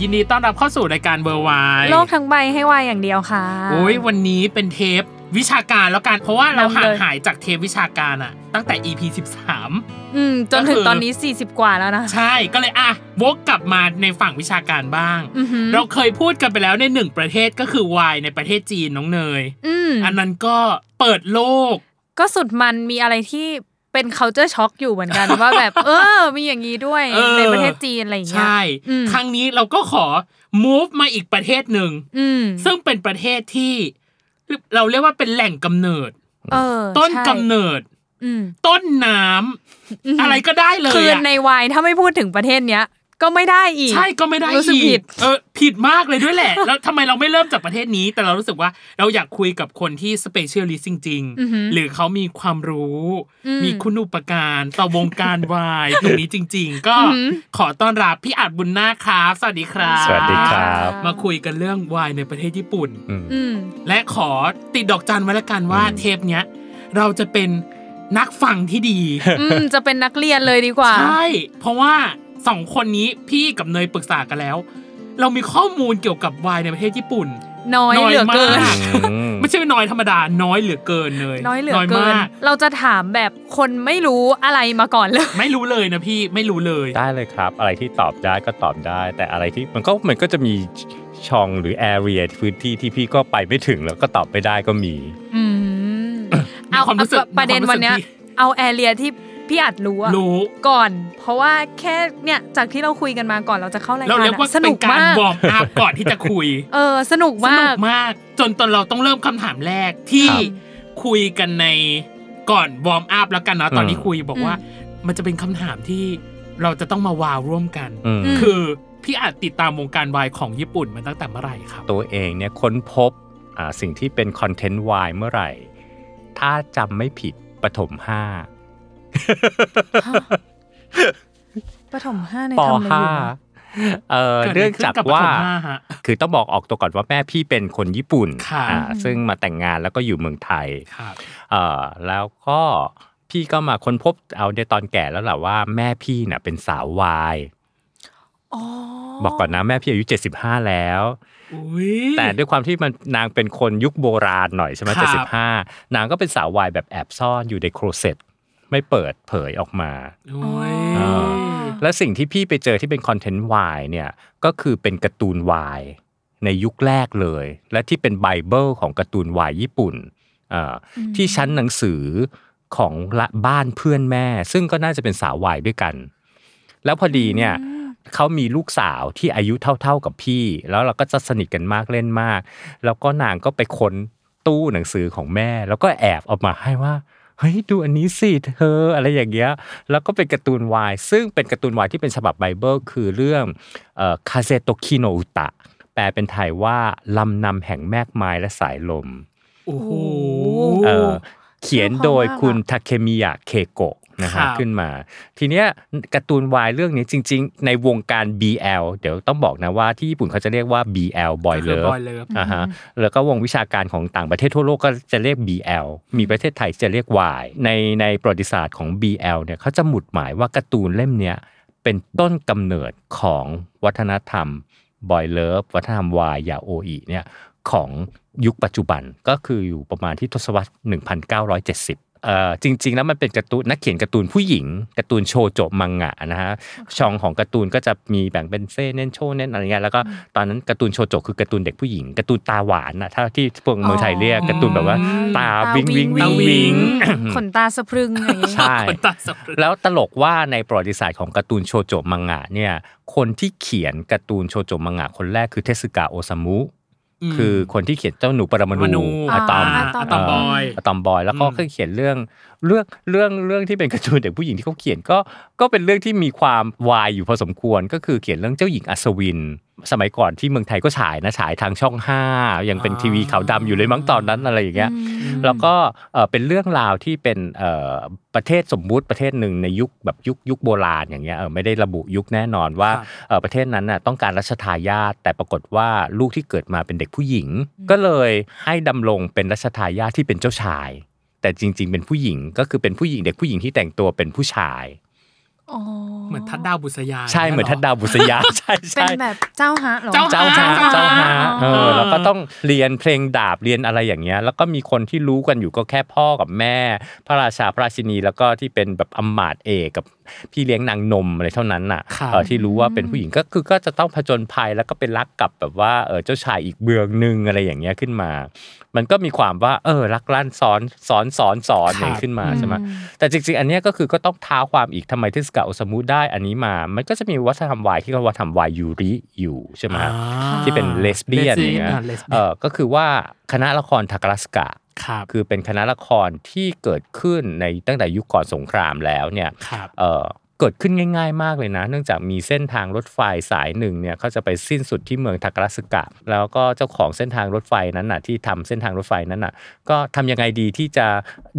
ยินดีต้อนรับเข้าสู่รายการเวอร์ไว โลกทั้งใบให้วายอย่างเดียวค่ะ โอ้ยวันนี้เป็นเทปวิชาการแล้วกัน เพราะว่าเราห่านงำเลย หายจากเทปวิชาการอะตั้งแต่ EP 13 อืม จนถึงตอนนี้ 40 กว่าแล้วนะ ใช่ก็เลยอ่ะวกกลับมาในฝั่งวิชาการบ้าง อือหือ เราเคยพูดกันไปแล้วในหนึ่งประเทศก็คือวายในประเทศจีนน้องเนย อืม อันนั้นก็เปิดโลก ก็สุดมันมีอะไรที่เป็น culture shock อยู่เหมือนกัน ว่า แบบ เออ มีอย่างนี้ด้วย เออ ในประเทศจีนอะไรอย่างเงี้ย ใช่ อืม ครั้งนี้เราก็ขอ move มาอีกประเทศหนึ่ง อืม ซึ่งเป็นประเทศที่เราเรียกว่าเป็นแหล่งกำเนิด เออ ต้น ใช่ กำเนิด อืม ต้นน้ำอะไรก็ได้เลย คือใน อะ วายถ้าไม่พูดถึงประเทศเนี้ย ก็ไม่ได้อีก ใช่ก็ไม่ได้ รู้สึก อี ผิ ก ด เออผิดมากเลยด้วยแหละ แล้วทำไมเราไม่เริ่มจากประเทศนี้ แต่เรารู้สึกว่าเราอยากคุยกับคนที่สเปเชียลิสจริง ๆ หรือเขามีความรู้ มีคุณอุปการต่อวงการ วายตรงนี้จริง ๆ ก็ขอต้อนรับพี่อาจบุญนาคครับ สวัสดีครับ สวัสดีครับ มาคุยกันเรื่องวายในประเทศญี่ปุ่น อืม และขอติดดอกจันไว้ละกันว่าเทปเนี้ยเราจะเป็นนักฟังที่ดี อืม จะเป็นนักเรียนเลยดีกว่า ใช่ เพราะว่าสองคนนี้พี่กับเนยปรึกษากันแล้ว เรามีข้อมูลเกี่ยวกับวายในประเทศญี่ปุ่น น้อย น้อย เหลือเกิน มาก อืม ไม่ใช่ว่าน้อยธรรมดา น้อยเหลือเกินเลย น้อยเหลือเกิน มาก เราจะถามแบบคนไม่รู้อะไรมาก่อน เลย ไม่รู้เลยนะพี่ไม่รู้เลย ได้เลยครับ อะไรที่ตอบได้ก็ตอบได้ แต่อะไรที่มันก็มันก็จะมีช่องหรือแอเรียพื้นที่ที่พี่ก็ไปไม่ถึงแล้วก็ตอบไม่ได้ก็มี อืมเอา ความรู้สึก เอาประเด็นวันเนี้ย มีความรู้สึกที่ เอาแอเรียที่พี่อาจรู้อะ รู้ ก่อน เพราะว่าแค่เนี่ยจากที่เราคุยกันมาก่อนเราจะเข้าราย เรา การ เรียกว่า อะส เป็ นุ น ก การ มาก วอร์มอัพก่อนที่จะคุย เออสนุก ส มา นุ ก กมาก จนตอนเราต้องเริ่มคำถามแรกที่ ครับ คุยกันในก่อนวอร์มอัพแล้วกันเนาะตอนที่ อืม คุยบอกว่า อื มันจะเป็นคำถามที่เราจะต้องมาวาวร่วมกัน อืม อืม คือพี่อาจติดตามวงการวายของญี่ปุ่นมาตั้งแต่เมื่อไหร่ครับ ตัวเองเนี่ยค้นพบอ่าสิ่งที่เป็นคอนเทนต์วายเมื่อไหร่ ถ้าจำไม่ผิดปฐมห้า ปฐมห้าใน ป ทำอะไรอ ห้า ยู่นะ เอ่อ เกิดอะไร เนื่องจาก ขึ้นกับปฐม ว่า ห้าฮะ คือต้องบอกออกตัวก่อนว่าแม่พี่เป็นคนญี่ปุ่น ค่ะ อ่าซึ่งมาแต่งงานแล้วก็อยู่เมืองไทย ครับ เอ่อแล้วก็พี่ก็มาค้นพบเอาในตอนแก่แล้วแหละว่าแม่พี่น่ะเป็นสาววาย อ๋อ บอกก่อนนะแม่พี่อายุ 75 แล้ว อุ้ย แต่ด้วยความที่มันนางเป็นคนยุคโบราณหน่อยใช่ไหม ครับ 75 นางก็เป็นสาววายแบบแอบซ่อนอยู่ในโครเซ็ตไม่เปิดเผยออกมา โอ้ย อ่า และสิ่งที่พี่ไปเจอที่เป็นคอนเทนต์วายเนี่ยก็คือเป็นการ์ตูนวายในยุคแรกเลย และที่เป็นไบเบิลของการ์ตูนวายญี่ปุ่นเอ่ออที่ชั้นหนังสือของละบ้านเพื่อนแม่ ซึ่งก็น่าจะเป็นสาววายด้วยกัน แล้วพอดีเนี่ยเขามีลูกสาวที่อายุเท่าๆกับพี่ แล้วเราก็จะสนิทกันมากเล่นมาก แล้วก็นางก็ไปค้นตู้หนังสือของแม่ แล้วก็แอบเออกมาให้ว่า เฮ้ยดูอันนี้สิเธออะไรอย่างเงี้ย แล้วก็เป็นการ์ตูนวายซึ่งเป็นการ์ตูนวายที่เป็นฉบับไบเบิลคือเรื่องคาเซโตคิโนอุตะแปลเป็นไทยว่า ลำนำแห่งแมกไม้และสายลม โอ้โห เอ่อเขียนโดยคุณทาเคมิยะเคโกะ นะ ครั ฮะ บ ขึ้นมา ทีเนี้ยการ์ตูนวายเรื่องนี้จริง ๆ ในวงการ BL เดี๋ยวต้องบอกนะว่าที่ญี่ปุ่นเขาจะเรียกว่า BL Boy ก็คื Love Boy Love อ่าฮะแล้วก็วงวิชาการของต่างประเทศทั่วโลกก็จะเรียก BL มีประเทศไทยจะเรียก Y ในในประวัติศาสตร์ของ BL เนี่ยเขาจะหมุดหมายว่าการ์ตูนเล่มเนี้ยเป็นต้นกำเนิดของวัฒนธรรม Boy Love วัฒนธรรม Y ยาโออีเนี่ยของยุคปัจจุบันก็คืออยู่ประมาณที่ทศวรรษ 1970เอ่อจริง ๆ แล้วมันเป็นการ์ตูนนักเขียนการ์ตูนผู้หญิงการ์ตูนโชโจมังงะนะฮะช่องของการ์ตูนก็จะมีแบ่งเป็นเซเน้นโชเน้นอะไรเงี้ยแล้วก็ตอนนั้นการ์ตูนโชโจคือการ์ตูนเด็กผู้หญิงการ์ตูนตาหวานนะถ้าที่พวกเมืองไทยเรียกการ์ตูนแบบว่า อืม ตาวิงวิงวิ ตาง วิ วิง ง ขนตาสะพรึงอะไรอย่างเงี้ย ใช่ คนตาสับปะรด แล้วตลกว่าในประวัติศาสตร์ของการ์ตูนโชโจมังงะเนี่ยคนที่เขียนการ์ตูนโชโจมังงะคนแรกคือเทสึกะโอซามุ อืม คือคนที่เขียนเจ้าหนูปรมาปณูรมาณู อะตอม อะตอมบอย อะตอมบอยแล้วก็เคยเขียนเรื่องเรื่องเรื่องเรื่องที่เป็นการ์ตูนเด็กผู้หญิงที่เขาเขียนก็ก็เป็นเรื่องที่มีความวายอยู่พอสมควรก็คือเขียนเรื่องเจ้าหญิงอัศวิน สมัยก่อนที่เมืองไทยก็ฉายนะฉายทางช่องห้ายังเป็นทีวีขาวดำอยู่เลยมั้งตอนนั้นอะไรอย่างเงี้ย แล้วก็เอ่อเป็นเรื่องราวที่เป็นเอ่อประเทศสมมุติประเทศหนึ่งในยุคแบบยุคยุคโบราณอย่างเงี้ยเออไม่ได้ระบุยุคแน่นอนว่า ครับ เอ่อประเทศนั้นน่ะต้องการรัชทายาทแต่ปรากฏว่าลูกที่เกิดมาเป็นเด็กผู้หญิง ก็เลยให้ดำรงเป็นรัชทายาทที่เป็นเจ้าชาย แต่จริง ๆ เป็นผู้หญิงก็คือเป็นผู้หญิงเด็กผู้หญิงที่แต่งตัวเป็นผู้ชาย อ๋อ เหมือนทัดดาวบุษยา ใช่เหมือนทัดดาวบุษยา ใช่ เป็น ใช่ แบบเจ้าฮะเหรอ เจ้า เจ้าฮะ ฮะ เจ้าฮะเอ เอ อ อ แล้วก็ต้องเรียนเพลงดาบเรียนอะไรอย่างเงี้ย แล้วก็มีคนที่รู้กันอยู่ก็แค่พ่อกับแม่ พระราชาพระราชินีแล้วก็ที่เป็นแบบอำมาตย์เอกกับพี่เลี้ยงนางนมอะไรเท่านั้นน่ะ ครับ เออที่รู้ว่าเป็นผู้หญิงก็คือก็จะต้องผจญภัยแล้วก็เป็นรักกับแบบว่าเออเจ้าชายอีกเบืองหนึ่งอะไรอย่างเงี้ยขึ้นมา มันก็มีความว่าเออรักลั่นซ้อนซ้อนซ้อนซ้อนอย่างนี้ขึ้นมาใช่ไหม แต่จริงๆ อันเนี้ยก็คือก็ต้องท้าความอีกทำไมเทศกาลโอซามุได้อันนี้มา มันก็จะมีวัฒนธรรมวายที่เขาว่าทำวายยูริอยู่ใช่ไหมฮะ อ่า ที่เป็นเลสเบี้ยนอย่างเงี้ย อ่า lesbian เออก็คือว่าคณะละครทากาสกะ ครับ คือเป็นคณะละครที่เกิดขึ้นในตั้งแต่ยุคก่อนสงครามแล้วเนี่ย ครับ เอ่อเกิดขึ้นง่ายๆมากเลยนะ เนื่องจากมีเส้นทางรถไฟสายหนึ่งเนี่ยเขาจะไปสิ้นสุดที่เมืองทากาสึกะ แล้วก็เจ้าของเส้นทางรถไฟนั้นน่ะที่ทำเส้นทางรถไฟนั้นน่ะก็ทำยังไงดีที่จะ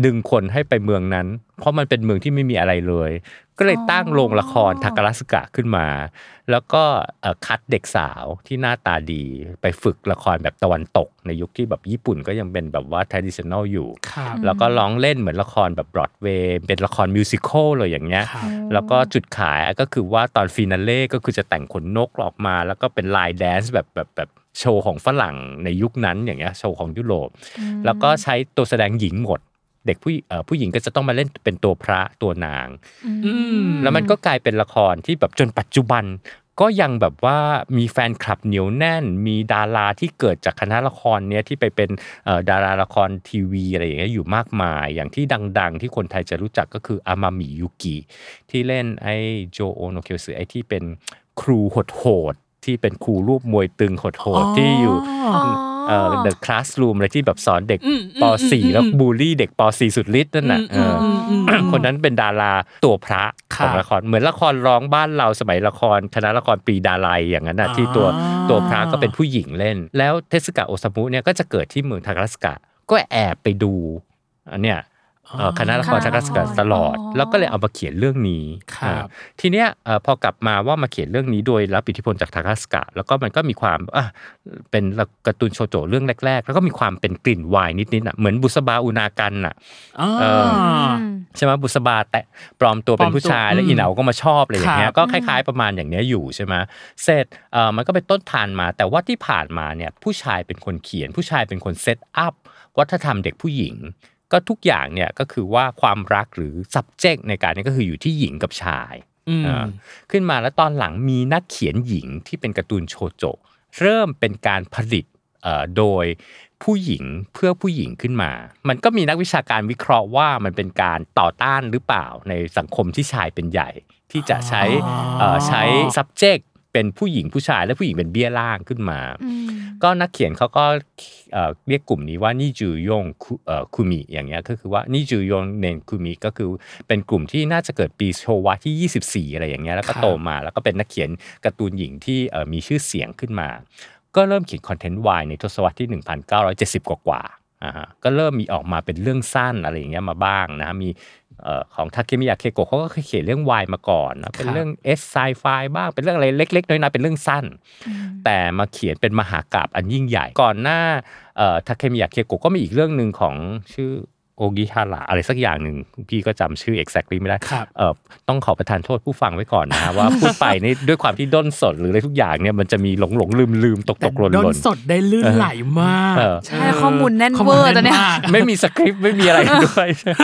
ดึงคนให้ไปเมืองนั้น เพราะมันเป็นเมืองที่ไม่มีอะไรเลย ก็เลยตั้งโรงละครทากาสึกะขึ้นมา แล้วก็เอ่อคัดเด็กสาวที่หน้าตาดี ไปฝึกละครแบบตะวันตก ในยุคที่แบบญี่ปุ่นก็ยังเป็นแบบว่า traditional อยู่ ครับ แล้วก็ร้องเล่นเหมือนละครแบบบรอดเวย์เป็นละครมิวสิควลเลยอย่างเงี้ย ครับ แล้วก็จุดขายก็คือว่าตอนฟินาเล่ก็คือจะแต่งขนนกออกมา แล้วก็เป็นลายแดนซ์แบบแบบแบบโชว์ของฝรั่งในยุคนั้นอย่างเงี้ยโชว์ของยุโรป แล้วก็ใช้ตัวแสดงหญิงหมด เด็กผู้หญิงเอ่อผู้หญิงก็จะต้องมาเล่นเป็นตัวพระตัวนาง อืม แล้วมันก็กลายเป็นละครที่แบบจนปัจจุบัน ก็ยังแบบว่ามีแฟนคลับเหนียวแน่น มีดาราที่เกิดจากคณะละครเนี้ยที่ไปเป็นเอ่อดาราละครทีวีอะไรอย่างเงี้ยอยู่มากมาย อย่างที่ดัง ๆ ที่คนไทยจะรู้จักก็คืออามามิยุกิที่เล่นไอ้โจโอโนเคสึไอ้ที่เป็นครูโหดๆที่เป็นครูรูปมวยตึงโหดๆที่อยู่ เอ่อ The Classroom อะไรที่แบบสอนเด็ก อืมอืม ป อืม .4 แล้วบูลลี่เด็กป .4 สุดฤทธิ์นั่นน่ะเออ มอืมอืม คนนั้นเป็นดาราตัวพระข ครั อบ งละครเหมือนละครร้องบ้านเราสมัยละครคณะละครปรีดาลัยอย่างนั้นนะ อ่า ที่ตัวตัวพระก็เป็นผู้หญิงเล่น แล้วเทศกาโอซามุเนี่ยก็จะเกิดที่เมืองทากาสกะก็แอบไปดูอันเนี่ยเอ่อคณะละคร ค ทา ณะ กา ละคร สกะตลอด อ๋อ แล้วก็เลยเอามาเขียนเรื่องนี้ ครับ อ่าทีเนี้ยเอ่อพอกลับมาว่ามาเขียนเรื่องนี้โดยรับอิทธิพลจากทากาสกะ แล้วก็มันก็มีความอ่ะเป็นการ์ตูนโชโจเรื่องแรก ๆ แล้วก็มีความเป็นกลิ่นวายนิดๆอ่ะเหมือนบุษบาอุนากันอ่ะ อ่า เออ ใช่ไหมบุษบาแต่ปลอมตัวปเป็ลอนม ผู้ชาย ตัว แล้ว อืม อีเหนาก็มาชอบอะไรอย่างเงี้ ค ย รับ ก็คล้าย ๆประมาณอย่างเนี้ยอยู่ใช่ไหมเสร็จเอ่อมันก็เป็นต้นทานมา แต่ว่าที่ผ่านมาเนี่ยผู้ชายเป็นคนเขียน ผู้ชายเป็นคนเซตอัพวัฒนธรรมเด็กผู้หญิง ก็ทุกอย่างเนี่ยก็คือว่าความรักหรือ subject ในการนี้ก็คืออยู่ที่หญิงกับชาย อืม อ่าขึ้นมาแล้วตอนหลังมีนักเขียนหญิงที่เป็นการ์ตูนโชโจเริ่มเป็นการผลิตเอ่อโดยผู้หญิงเพื่อผู้หญิงขึ้นมา มันก็มีนักวิชาการวิเคราะห์ว่ามันเป็นการต่อต้านหรือเปล่าในสังคมที่ชายเป็นใหญ่ ที่จะใช้เอ่อใช้ subject เป็นผู้หญิงผู้ชายและผู้หญิงเป็นเบี้ยล่างขึ้นมา ก็นักเขียนเขาก็เอ่อเรียกกลุ่มนี้ว่านิจูยงคุเอ่อคุมิอย่างเงี้ยก็คือว่านิจูยงเนนคุมิก็คือเป็นกลุ่มที่น่าจะเกิดปีโชวะที่ 24 อะไรอย่างเงี้ยแล้วก็ ครับ โตมาแล้วก็เป็นนักเขียนการ์ตูนหญิงที่เอ่อมีชื่อเสียงขึ้นมา ก็เริ่มเขียนคอนเทนต์วายในทศวรรษที่ 1970 กว่ากว่าๆ อ่าฮะก็เริ่มมีออกมาเป็นเรื่องสั้นอะไรอย่างเงี้ยมาบ้างนะฮะมีเอ่อของทาเคมิยาเคโกะเขาก็เคยเขียนเรื่องวายมาก่อนนะเป็นเรื่องเอสไซไฟบ้างเป็นเรื่องอะไรเล็ก ๆ น้อยๆเป็นเรื่องสั้น แต่มาเขียนเป็นมหากราบอันยิ่งใหญ่ก่อนหน้าทาเคมิยาเคโกะก็มีอีกเรื่องหนึ่งของชื่อโอกิฮาระอะไรสักอย่างหนึ่งพี่ก็จำชื่อ exactly ไม่ได้ ครับ เอ่อต้องขอประทานโทษผู้ฟังไว้ก่อนนะฮะ ว่าพูดไปนี่ด้วยความที่ด้นสดหรืออะไรทุกอย่างเนี่ยมันจะมีหลงหลงลืมลืมตกตกหล่น โด หล่ น น สดได้ลื่น เออ ไหลมาก เออ ใช่ข้อมูลแน่น ข้มูล เวอร์ตอนเนี้ย แมาก ไม่มีสคริปต์ไม่มีอะไรด้วย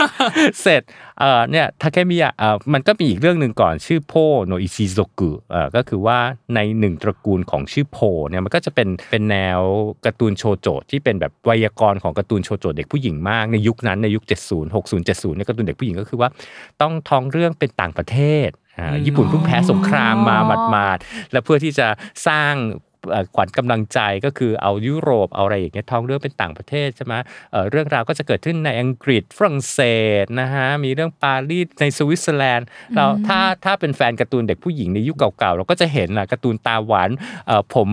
เสร็จเอ่อเนี่ยทาเคมิยะเอ่อมันก็มีอีกเรื่องหนึ่งก่อนชื่อโพโนอิชิโซกุเอ่อก็คือว่าในหนึ่งตระกูลของชื่อโพเนี่ยมันก็จะเป็นเป็นแนวการ์ตูนโชโจที่เป็นแบบไวยากรณ์ของการ์ตูนโชโจเด็กผู้หญิงมากในยุคนั้นในยุค 70 60 70เนี่ยการ์ตูนเด็กผู้หญิงก็คือว่าต้องท้องเรื่องเป็นต่างประเทศอ่า อืม ญี่ปุ่นเพิ่งแพ้สงครามมาหมาดๆและเพื่อที่จะสร้างเอ่อขวัญกำลังใจก็คือเอายุโรปเอาอะไรอย่างเงี้ยท้องเรื่องเป็นต่างประเทศใช่ไหม เอ่อเรื่องราวก็จะเกิดขึ้นในอังกฤษฝรั่งเศสนะฮะมีเรื่องปารีสในสวิตเซอร์แลนด์เราถ้าถ้าเป็นแฟนการ์ตูนเด็กผู้หญิงในยุคเก่าๆ เราก็จะเห็นล่ะการ์ตูนตาหวานเอ่อผม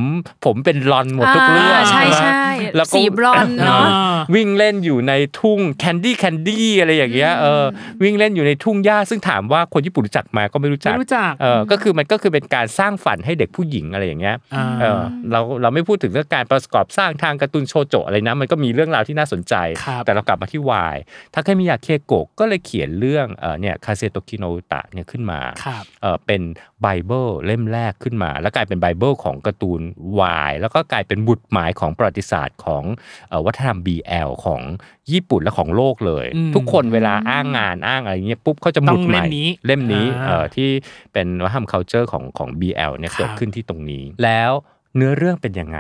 ผมเป็นลอนหมดทุกเรื่อง อ่าใช่ ไหม ใช่ แล้วก็ สีบรอนซ์เนาะ อ่าวิ่งเล่นอยู่ในทุ่งแคนดี้แคนดี้อะไรอย่างเงี้ยเออวิ่งเล่นอยู่ในทุ่งหญ้าซึ่งถามว่าคนญี่ปุ่นรู้จักไหมาก็ไม่รู้ ไม่ จัก รู้จัก เออก็คือมันก็คือเป็นการสร้างฝันให้เด็กผู้หญิงอะไรอย่างเงี้ย า เออเราเราไม่พูดถึงเรื่องการประกอบสร้างทางการ์ตูนโชโจะอะไรนะ มันก็มีเรื่องราวที่น่าสนใจ ครับ แต่เรากลับมาที่วายทาเคมิยาเคโกะก็เลยเขียนเรื่องเอ่อเนี่ยคาเซโตคิโนตะเนี่ยขึ้นมา ครับ เอ่อเป็นไบเบิลเล่มแรกขึ้นมา แล้วกลายเป็นไบเบิลของการ์ตูนวายแล้วก็กลายเป็นบุตรหมายของประวัติศาสตร์ของเอ่อวัฒนธรรม BL ของญี่ปุ่นและของโลกเลย อืม ทุกคนเวลาอ้างงานอ้างอะไรเงี้ยปุ๊บเขาจะหมุต้ดอง ให เล่ ม่ มนี้ เล่มนี้ อ่า เอ่อ ที่เป็นวัฒนธรรม culture ของของ BL เนี่ย ครับ เกิดขึ้นที่ตรงนี้ แล้วเนื้อเรื่องเป็นยังไง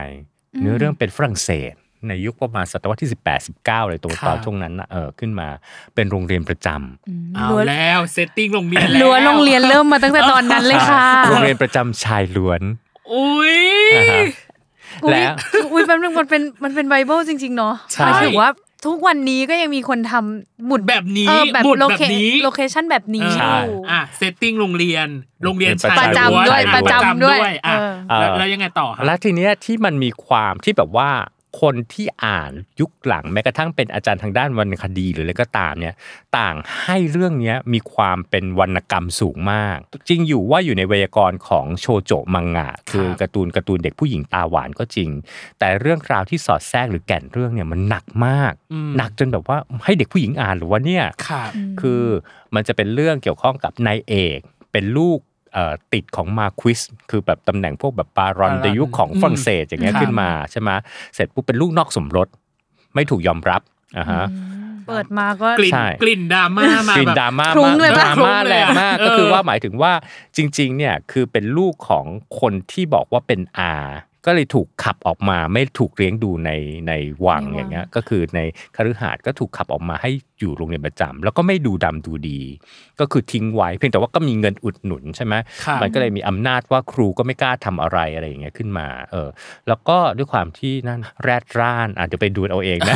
อืม เนื้อเรื่องเป็นฝรั่งเศส ในยุคประมาณศตวรรษที่ 18 19เลยตรง ครับ ตอนช่วงนั้นน่ะเออขึ้นมาเป็นโรงเรียนประจำ เอา ล้วน แล้วเซตติ้งโรงเรียนแล้ ล้วนโรงเรียนเริ่มมาตั้งแต่ตอนนั้นเลยค่ะ โรงเรียนประจำชายล้วน อุ้ยอุ๊ยนะฮะแล้ว อุ้ยแป๊บนึงมันเป็นมันเป็นไบเบิลจริง ๆ เนาะ ใช่ หมายถึงว่าทุกวันนี้ก็ยังมีคนทำหมุด แบบนี้ เออแบบ บุตร โล แบบ เค นี้ โลเคชั่นแบบนี้ ใช่ อยู่ อ่ะเซตติ้งโรงเรียน โรงเรียนชาย ประจำด้วย ล้น ประจำด้วย อ่ะ เออ แล้วแล้วยังไงต่อครับ แล้วทีเนี้ยที่มันมีความที่แบบว่าคนที่อ่านยุคหลังแม้กระทั่งเป็นอาจารย์ทางด้านวรรณคดีหรืออะไรก็ตามเนี่ยต่างให้เรื่องเนี้ยมีความเป็นวรรณกรรมสูงมาก จริงอยู่ว่าอยู่ในไวยากรณ์ของโชโจมังงะ คือการ์ตูนการ์ตูนเด็กผู้หญิงตาหวานก็จริง แต่เรื่องราวที่สอดแทรกหรือแก่นเรื่องเนี่ยมันหนักมาก อืม หนักจนแบบว่าให้เด็กผู้หญิงอ่านหรือว่าเนี่ย ครับ คือมันจะเป็นเรื่องเกี่ยวข้องกับนายเอก เป็นลูกเอ่อติดของมาควิสคือแบบตำแหน่งพวกแบบบารอนในยุคของฝรั่งเศสอย่างเงี้ยขึ้นมาใช่ไหมเสร็จปุ๊บเป็นลูกนอกสมรสไม่ถูกยอมรับอ่าฮะ เปิดมาก็ กลิ่น ใช่ กลิ่นดราม่ามาก ลิ่น แบบ ดราม่า คลุ้ง มาก เลย ด ปะ รา คลุ้ง ม่า เลย แรงมาก อะ ก็คือ เออ ว่าหมายถึงว่าจริงๆเนี่ยคือเป็นลูกของคนที่บอกว่าเป็นอาก็เลยถูกขับออกมาไม่ถูกเลี้ยงดูในในวัง ในวัง อย่างเงี้ยก็คือในคฤหาสน์ก็ถูกขับออกมาให้อยู่โรงเรียนประจำแล้วก็ไม่ดูดำดูดี ก็คือทิ้งไว้ เพียงแต่ว่าก็มีเงินอุดหนุนใช่ไหม ครับ มันก็เลยมีอำนาจว่าครูก็ไม่กล้าทำอะไรอะไรอย่างเงี้ยขึ้นมา เออ แล้วก็ด้วยความที่นั่นแรดร่านอ่ะเดี๋ยวไปดูเอาเองนะ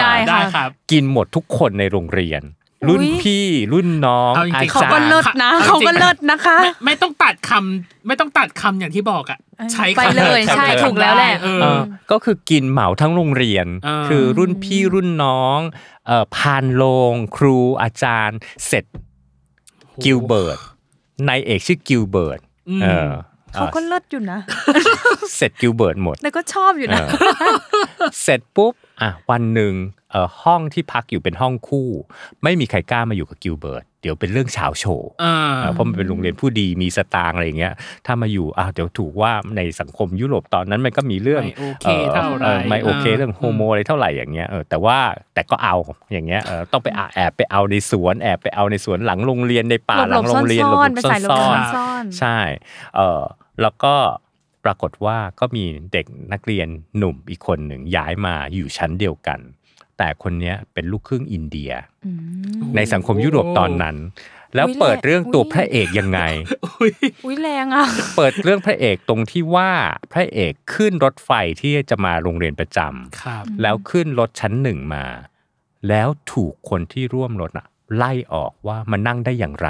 ได้ ได้ครับ กินหมดทุกคนในโรงเรียน รุ่น อุ๊ย พี่รุ่นน้อง เอาจริงๆ อา เขา จา ก็ รย์ เลิศนะ จริงๆ เขาก็เลิศนะคะ ไม่ไม่ต้องตัดคำไม่ต้องตัดคำอย่างที่บอกอ่ะ ใช้ ไป คำ เลย คำ ใช่ คำ ถูกแล้วแหละ ได้เออ เออก็คือกินเหมาทั้งโรงเรียน เออ คือรุ่นพี่รุ่นน้องเออพานโลง ครูอาจารย์ เสร็จกิลเบิร์ตนายเอกชื่อกิลเบิร์ต ม เออ เขาก็เลิศอยู่นะ เสร็จกิลเบิร์ตหมด แล้วก็ชอบอยู่นะ เออเสร็จปุ๊บอ่ะวันหนึ่งเอ่อห้องที่พักอยู่เป็นห้องคู่ ไม่มีใครกล้ามาอยู่กับกิลเบิร์ตเดี๋ยวเป็นเรื่องเฉาวโชว์ เออ เออเพราะมันเป็นโรงเรียนผู้ดีมีสตางค์อะไรอย่างเงี้ยถ้ามาอยู่อ้าวเดี๋ยวถูกว่าในสังคมยุโรปตอนนั้นมันก็มีเรื่อง ไม่โอเคเท่าไหร่ ออไม่โอเค อ่า เรื่องโฮโมอะไรเท่าไหร่อย่างเงี้ยเออแต่ว่าแต่ก็เอาอย่างเงี้ยเออต้องไปอ่ะแอบไปเอาในสวนแอบไปเอาในสวนหลังโรงเรียนในป่าห หล ลั บ ง ๆ โรงเรียน ซ่ หล อนๆบๆ เป็นสายหลบ ซ่อน ๆ ๆ ซ่อนๆ ใช่ เออแล้วก็ปรากฏว่าก็มีเด็กนักเรียนหนุ่มอีกคนหนึ่งย้ายมาอยู่ชั้นเดียวกัน แต่คนเนี้ยเป็นลูกครึ่งอินเดีย ในสังคมยุโรปตอนนั้น แล้วเปิดเรื่องตัวพระเอกยัง ไง อุ๊ย อุ้ยแรงอ่ะ เปิดเรื่องพระเอกตรงที่ว่าพระเอกขึ้นรถไฟที่จะมาโรงเรียนประจำ ครับ แล้วขึ้นรถชั้นหนึ่งมา แล้วถูกคนที่ร่วมรถน่ะไล่ออกว่ามันนั่งได้อย่างไร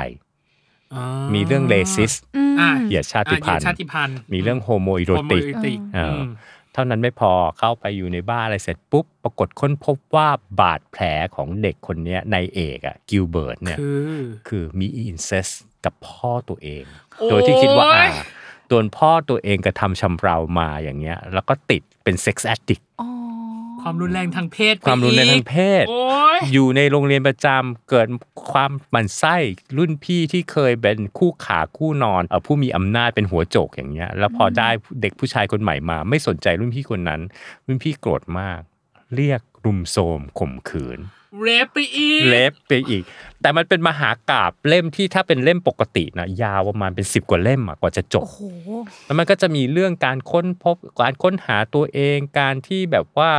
อ่า มีเรื่องเลซิส อืม อ่ะ เหยียดชาติพัอ่ะเหยียดนธุ์ ชาติพันธุ์ มีเรื่องโฮโมอิโร โฮโม ติก อิโรติก เออ ม เท่านั้นไม่พอเข้าไปอยู่ในบ้านอะไรเสร็จปุ๊บ ปรากฏค้นพบว่าบาดแผลของเด็กคนเนี้ยในายเอกอะกิลเบิร์ตเนี่ย คือ คือมีอินเซสกับพ่อตัวเอง โอ้ย โดยที่คิดว่าอ่าโดนพ่อตัวเองกระทำชำเรามาอย่างเงี้ย แล้วก็ติดเป็นเซ็กซ์แอดดิก อ๋อ ความรุนแรงทางเพศไป ความรุนแรงทางเพศ โอ้ย อยู่ในโรงเรียนประจำเกิดความหมันไส้รุ่นพี่ที่เคยเป็นคู่ขาคู่นอนเอ่อผู้มีอำนาจเป็นหัวโจกอย่างเงี้ย แล้วพอได้เด็กผู้ชายคนใหม่มา ไม่สนใจรุ่นพี่คนนั้น รุ่นพี่โกรธมาก เรียกรุมโทรมข่มขืน เรปไปอีก เล็บไปอีก แต่มันเป็นมหากราบเล่มที่ถ้าเป็นเล่มปกตินะยาวประมาณเป็น 10 กว่าเล่มอะกว่าจะจบ โอ้โห แล้วมันก็จะมีเรื่องการค้นพบการค้นหาตัวเองการที่แบบว่า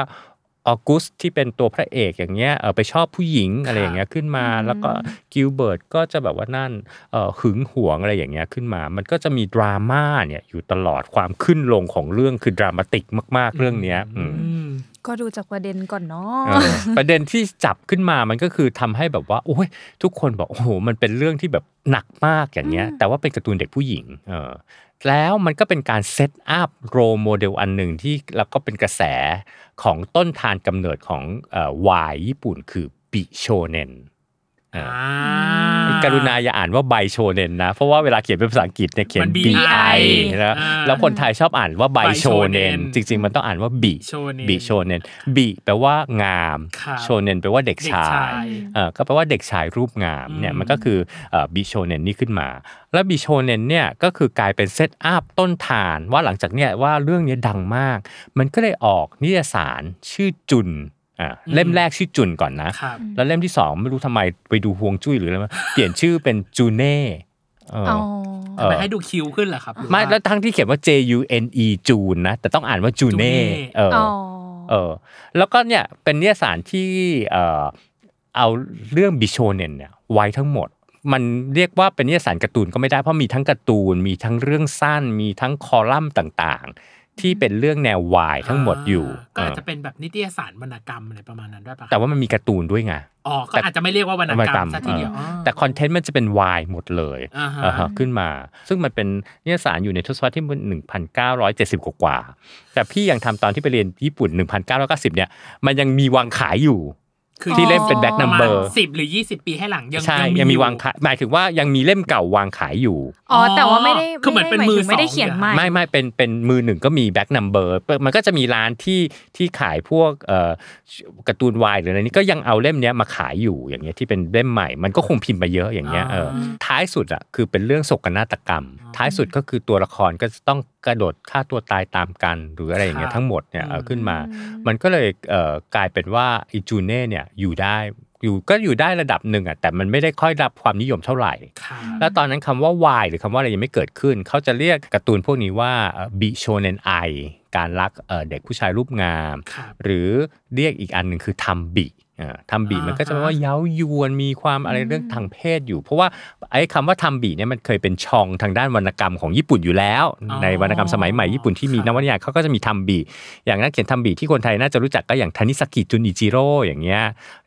ออกุสที่เป็นตัวพระเอกอย่างเงี้ยเออไปชอบผู้หญิงอะไรอย่างเงี้ยขึ้นมา แล้วก็กิลเบิร์ตก็จะแบบว่านั่นเออหึงหวงอะไรอย่างเงี้ยขึ้นมา มันก็จะมีดราม่าเนี่ยอยู่ตลอดความขึ้นลงของเรื่องคือดรามาติกมาก ๆ เรื่องเนี้ยอืม อืม ก็ดูจากประเด็นก่อนเนาะ เออประเด็นที่จับขึ้นมามันก็คือทำให้แบบว่าโอ้ยทุกคนบอกโอ้โหมันเป็นเรื่องที่แบบหนักมากอย่างเงี้ย แต่ว่าเป็นการ์ตูนเด็กผู้หญิงเออแล้วมันก็เป็นการเซตอัพโรโมเดลอันหนึ่งที่แล้วก็เป็นกระแสของต้นทานกำเนิดของเอ่อวายญี่ปุ่นคือบิโชเนนเอออ อ่ กรุณาอย่าอ่านว่าไบโชเนนนะ เพราะว่าเวลาเขียนเป็นภาษาอังกฤษเนี่ยเขียน มัน B BI I นะ อ่า แล้วคนไทยชอบอ่านว่าไบโชเนน Bichonen จริง ๆ มันต้องอ่านว่าบิ Shonen บิโชเนนบิแปลว่างาม ครับ โชเนนแปลว่าเด็ก เด็ก ชา ชาย ย เอ่อก็แปลว่าเด็กชายรูปงามเนี่ย อืม มันก็คือบิโชเนนนี่ขึ้นมา แล้วบิโชเนนเนี่ยก็คือกลายเป็นเซตอัพต้นฐานว่าหลังจากเนี่ยว่าเรื่องเนี้ยดังมาก มันก็เลยออกนิตยสารชื่อจุนอ่ะเล่มแรกชื่อจุนก่อนนะ ครับ แล้วเล่มที่สองไม่รู้ทำไมไปดูฮวงจุ้ยหรืออะไรมา เปลี่ยนชื่อเป็นจูเน่เออ อ๋อ เอ ทำไม อ ให้ดูคิวขึ้นเหรอครับหรือ ไม่ ว่า แล้วทั้งที่เขียนว่า J U N E จูนนะ แต่ต้องอ่านว่าจูเน่ June เอออ อ๋อ เออ แล้วก็เนี่ยเป็นนิยสารที่เอ่อเอาเรื่องบิโชเนนเนี่ยไว้ทั้งหมด มันเรียกว่าเป็นนิยสารการ์ตูนก็ไม่ได้ เพราะมีทั้งการ์ตูน มีทั้งเรื่องสั้น มีทั้งคอลัมน์ต่างๆ ที่เป็นเรื่องแนววายทั้งหมดอยู่ ก็อาจ เอ จะ อ เป็นแบบนิตยสารวรรณกรรมอะไรประมาณนั้นด้วยปะครับ แต่ว่ามันมีการ์ตูนด้วยไง อ๋อก็อาจจะไม่เรียกว่าวรรณกรรมซะทีเดียว เอ อ๋อ อแต่คอนเทนต์มันจะเป็นวายหมดเลย อ่าฮะ อ่าฮะขึ้นมา ซึ่งมันเป็นนิยสารอยู่ในทศวรรษที่มัน1970 กว่ากว่าๆแต่พี่ยังทำตอนที่ไปเรียนญี่ปุ่น 1990 เนี่ย มันยังมีวางขายอยู่ คือ ที่เล่มเป็นแบ็ก ป นั ระ ม มา เบ ณ อร์ สิบหรือยี่สิบปีให้หลังยัง ใช่ ยังมี ยังมี อ วางขายหมายถึงว่ายังมีเล่มเก่าวางขายอยู่ อ๋อ แต่ว่าไม่ได้ คือเหมือน ไได้ เป็น หาย มือ ถึงไม่ได้ สอง เขียนใหม่ ไม่ไม่เป็นเป็นมือหนึ่งก็มีแบ็กนัมเบอร์มันก็จะมีร้านที่ที่ขายพวกเอ่อการ์ตูนวายหรืออะไรนี้ก็ยังเอาเล่มเนี้ยมาขายอยู่อย่างเงี้ยที่เป็นเล่มใหม่ มันก็คงพิมพ์มาเยอะอย่างเงี้ยเอออท้ายสุดอ่ะคือเป็นเรื่องโศกนาฏกรรม ท้ายสุดก็คือตัวละครก็จะต้องกระโดดฆ่าตัวตายตามกัน หรืออะไรอย่างเงี้ย ค่ะ ทั้งหมดเนี่ยเออ อืม ขึ้นมา มันก็เลยเอ่อกลายเป็นว่าอิจูเน่เนี่ยอยู่ได้อยู่ก็อยู่ได้ระดับหนึ่งอ่ะแต่มันไม่ได้ค่อยรับความนิยมเท่าไหร่ ค่ะ แล้วตอนนั้นคำว่าวายหรือคำว่าอะไรยังไม่เกิดขึ้น เขาจะเรียกการ์ตูนพวกนี้ว่าบิโชเนนไอการรักเอ่อเด็กผู้ชายรูปงาม ครับ หรือเรียกอีกอันหนึ่งคือทำบิเอ่อทำบี อ่าฮะ มันก็จะแปลว่าเย้ายวนมีความอะไรเรื่องทางเพศอยู่ เพราะว่าไอ้คำว่าทำบีเนี่ยมันเคยเป็นช่องทางด้านวรรณกรรมของญี่ปุ่นอยู่แล้ว ในวรรณกรรมสมัยใหม่ญี่ปุ่นที่มีนวนิยายเขาก็จะมีทำบีอย่างนักเขียนทำบีที่คนไทยน่าจะรู้จักก็อย่างทานิสกิจุนอิจิโร่อย่างเงี้ย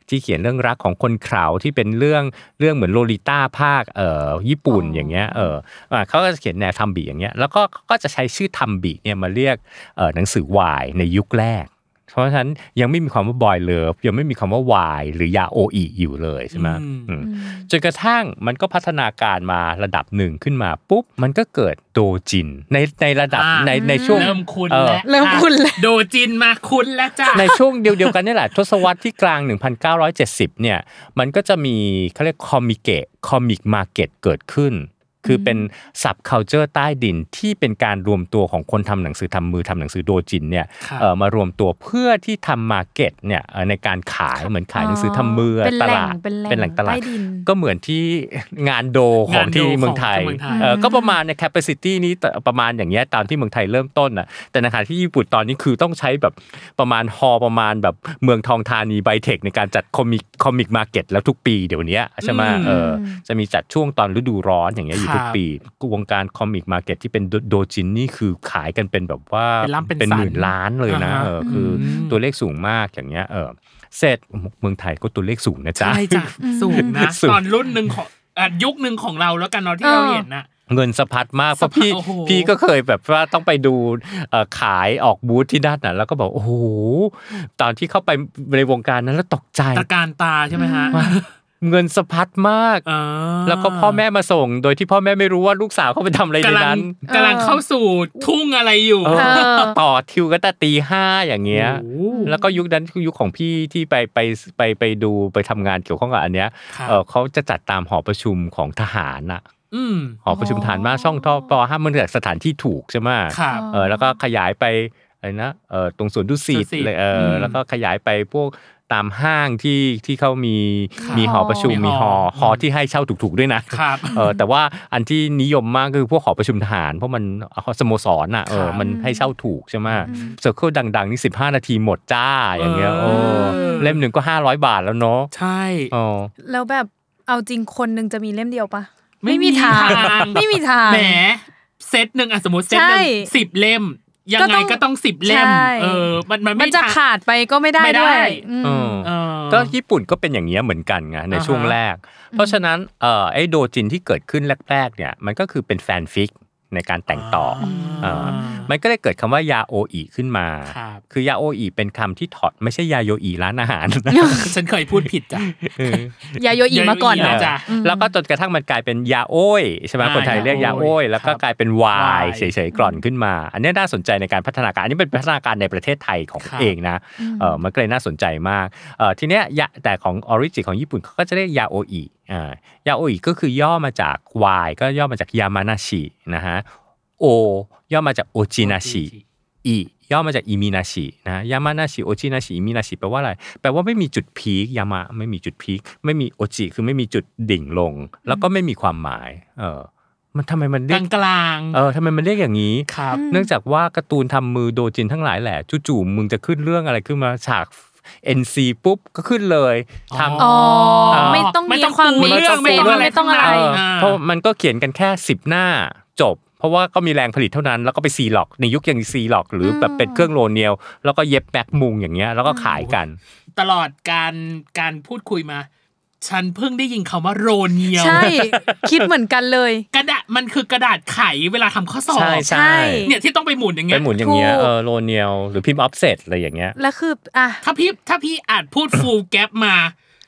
ที่เขียนเรื่องรักของคนเขราวที่เป็นเรื่องเรื่องเหมือนโลลิต้าภาคเอ่อญี่ปุ่นอย่างเงี้ยเอออ่ะเขาก็จะเขียนแนวทำบีอย่างเงี้ยแล้วก็เขาก็จะใช้ชื่อทำบีเนี่ยมาเรียกเอ่อหนังสือวายในยุคแรก เพราะฉะนั้นยังไม่มีความว่าบอยเลิฟยังไม่มีคำว่าวายหรือยาโออีอยู่เลยใช่ไหม อืม อืมจนกระทั่งมันก็พัฒนาการมาระดับหนึ่งขึ้นมาปุ๊บ มันก็เกิดโดจินในในระดับ อ่า ในในช่วง เริ่มคุ้น เออ แล้ว เริ่มคุ้นแล้ว อ่ะโดจินมาคุ้นแล้วจ้ะ ในช่วงเดียวๆกันนี่แหละ ทศวรรษที่กลาง 1970 เนี่ย มันก็จะมีเขาเรียกคอมิเกะคอมิกมาเก็ตเกิดขึ้น คือเป็นสับเคาเจอร์ใต้ดินที่เป็นการรวมตัวของคนทำหนังสือทำมือทำหนังสือโดจินเนี่ย ครับ เอ่อมารวมตัวเพื่อที่ทำมาเก็ตเนี่ยเอ่อในการขายเหมือนขายหนังสือทำมือ เป็น ต แหล่ง ลาด เป็นแหล่ง ตลา ใต้ ด ดิน ก็เหมือนที่งานโดของ งานโด ที่เมืองไทขอยงเมืองไทย เอ่อก็ประมาณในแคปซิตี้นี้แต่ประมาณอย่างเงี้ยตามที่เมืองไทยเริ่มต้นนะแต่ในขณะที่ญี่ปุ่นตอนนี้คือต้องใช้แบบประมาณฮอประมาณแบบเมืองทองธานีไบเทคในการจัดคอมิกคอมิกมาเก็ตแล้วทุกปีเดี๋ยวเนี้ยใช่ไหมเออจะมีจัดช่วงตอนฤดูร้อนอย่างเงี้ยอยู่ทุกปีวงการคอมิกมาเก็ตที่เป็นโดโดจินนี่คือขายกันเป็นแบบว่า เป็นล้ำเป็น เป็นหมื่น แสน ล้านเลยนะ อ่าฮะ เออคืออตัวเลขสูงมากอย่างเงี้ยเออเสร็จเมืองไทยก็ตัวเลขสูงนะจ๊ะ ใช่จ้ะสูงนะ สูง ตอนรุ่นหนึ่งของอ่ะยุคหนึ่งของเราแล้วกันเนาะที่เราเห็นน่ะ เงินสะพัดมากเพราะ สะพัด พี่ โอ้โห พี่ก็เคยแบบว่าต้องไปดูเอ่อขายออกบูธที่ด้านนั้นแล้วก็บอกโอ้โหตอนที่เข้าไปในวงการนั้นแล้วตกใจ ตะการตาใช่ไหมฮะ ว่าเงินสะพัดมาก อ่า แล้วก็พ่อแม่มาส่ง โดยที่พ่อแม่ไม่รู้ว่าลูกสาวเขาไปทำอะไรใน กำลัง นั้น กำลังเข้าสู่ทุ่งอะไรอยู่ เอ เออ ต่อทิวก็แต่ตีห้าอย่างเงี้ย โอ้โห แล้วก็ยุคนั้นคือยุคของพี่ที่ไปไปไปไปดูไปทำงานเกี่ยวข้องกับอันเนี้ย ครับ เออเขาจะจัดตามหอประชุมของทหารน่ะ อืม หอประชุม อ๋อ ฐานมาช่องทอปอห้ามมันจากสถานที่ถูกใช่ไหม ครับ เออแล้วก็ขยายไปอะไรนะเออตรงสวนดุสิต ดุสิต เลยเอออ ม แล้วก็ขยายไปพวกตามห้างที่ที่เขามี ครับ มีหอประชุม มี มี ห ห อ อหอที่ให้เช่าถูกๆด้วยนะ ครับ เออแต่ว่าอันที่นิยมมากคือพวกหอประชุมทหาร เพราะมันสโมสรอ่ะเออ ครับ มันให้เช่าถูกใช่ไหมเซอร์เคิลดัง ๆ นี่ 15 นาทีหมดจ้าอย่างเงี้ย เออ โอ้เล่มหนึ่งก็ 500 บาทแล้วเนาะ ใช่ เออ แล้วแบบเอาจริงคนหนึ่งจะมีเล่มเดียวปะไม่ ไม่มี มีทาง แหมเซตหนึ่งอะสมมติเซตหนึ่ง ใช่ สิบเล่ม ยังไง ก็ ก็ ต้ ต้อ อง ง สิบเล่ม ใช่ เออ มันมัน มัน ไม่ จะ ทัน ขาดไปก็ไม่ได้ ไม่ได้ ด้วยอืม เออ เออ ก็ญี่ปุ่นก็เป็นอย่างเงี้ยเหมือนกันไงใน อ่าฮะ ช่วงแรก เพราะฉะนั้นเออไอ้โดจินที่เกิดขึ้นแรกๆเนี่ยมันก็คือเป็นแฟนฟิกในการแต่งต่อ เออ มันก็เลยเกิดคำว่ายาโออิขึ้นมา ครับ คือยาโออิเป็นคำที่ถอดไม่ใช่ยาโยอิร้านอาหารนะ ฉันเคยพูดผิดจ้ะ ยาโยอีมาก่อน ยา นะ โยอิ จ้ะ เออ แล้วก็จนกระทั่งมันกลายเป็นยาโอ้ยใช่ไหม อ่า คนไทยเรียกยายาโอ้ยโอ้ย แล้วก็ ครับ กลายเป็นวา าย ย เฉยๆกร่อนขึ้นมา อันนี้น่าสนใจในการพัฒนาการอันนี้เป็นพัฒนาการในประเทศไทยของ ครับ เองนะเออมันก็เลยน่าสนใจมากเออทีเนี้ยยาแต่ของออริจิของญี่ปุ่นเขาก็จะเรียกยาโออิอ่ายาโออิก็คือย่อมาจากวายก็ย่อมาจากยามานาชินะฮะโอย่อมาจากโอจินาชิ อีย่อมาจากอิมินาชินะยามานาชิโอจินาชิอิมินาชิแปลว่าอะไร แปลว่าไม่มีจุดพีคยามะไม่มีจุดพีคไม่มีโอจิคือไม่มีจุดดิ่งลง แล้วก็ไม่มีความหมาย เออ มันทำไมมัน ก เรีลายก งกลางๆ เออทำไมมันเรียกอย่างนี้ ครับ อืม เนื่องจากว่าการ์ตูนทำมือโดจินทั้งหลายแหละจู่ๆมึงจะขึ้นเรื่องอะไรขึ้นมาฉาก NC ปุ๊บก็ขึ้นเลยทำ อ๋อ เออ ไม่ต้อง ไม่ มี ต้อง ความ ปูเรื่อง ไม่ต้องอะไร ไม่ ไม่ ต้ ต้ อ องอะงอะไร ไร อ่า เพราะมันก็เขียนกันแค่ 10 หน้าจบ เพราะว่าก็มีแรงผลิตเท่านั้น แล้วก็ไปซีหลอกในยุคยังซีหลอกหรือแบบเป็นเครื่องโลเนียลแล้วก็เย็บแบ็กมุงอย่างเงี้ยแล้วก็ขายกัน ตลอดการการพูดคุยมา ฉันเพิ่งได้ยินคำว่าโรเนียว ใช่ คิดเหมือนกันเลย กระดาษมันคือกระดาษไขเวลาทำข้อสอบ ใช่ ใช่ ใช่ เนี่ยที่ต้องไปหมุนอย่าง ไป เงี้ย หมุนอย่างเงี้ย ถูก เออโลเนียลหรือพิมพ์ออฟเซตอะไรอย่างเงี้ย แล้วคืออ่ะ ถ้าพี่ถ้าพี่อาจพูด full gap มา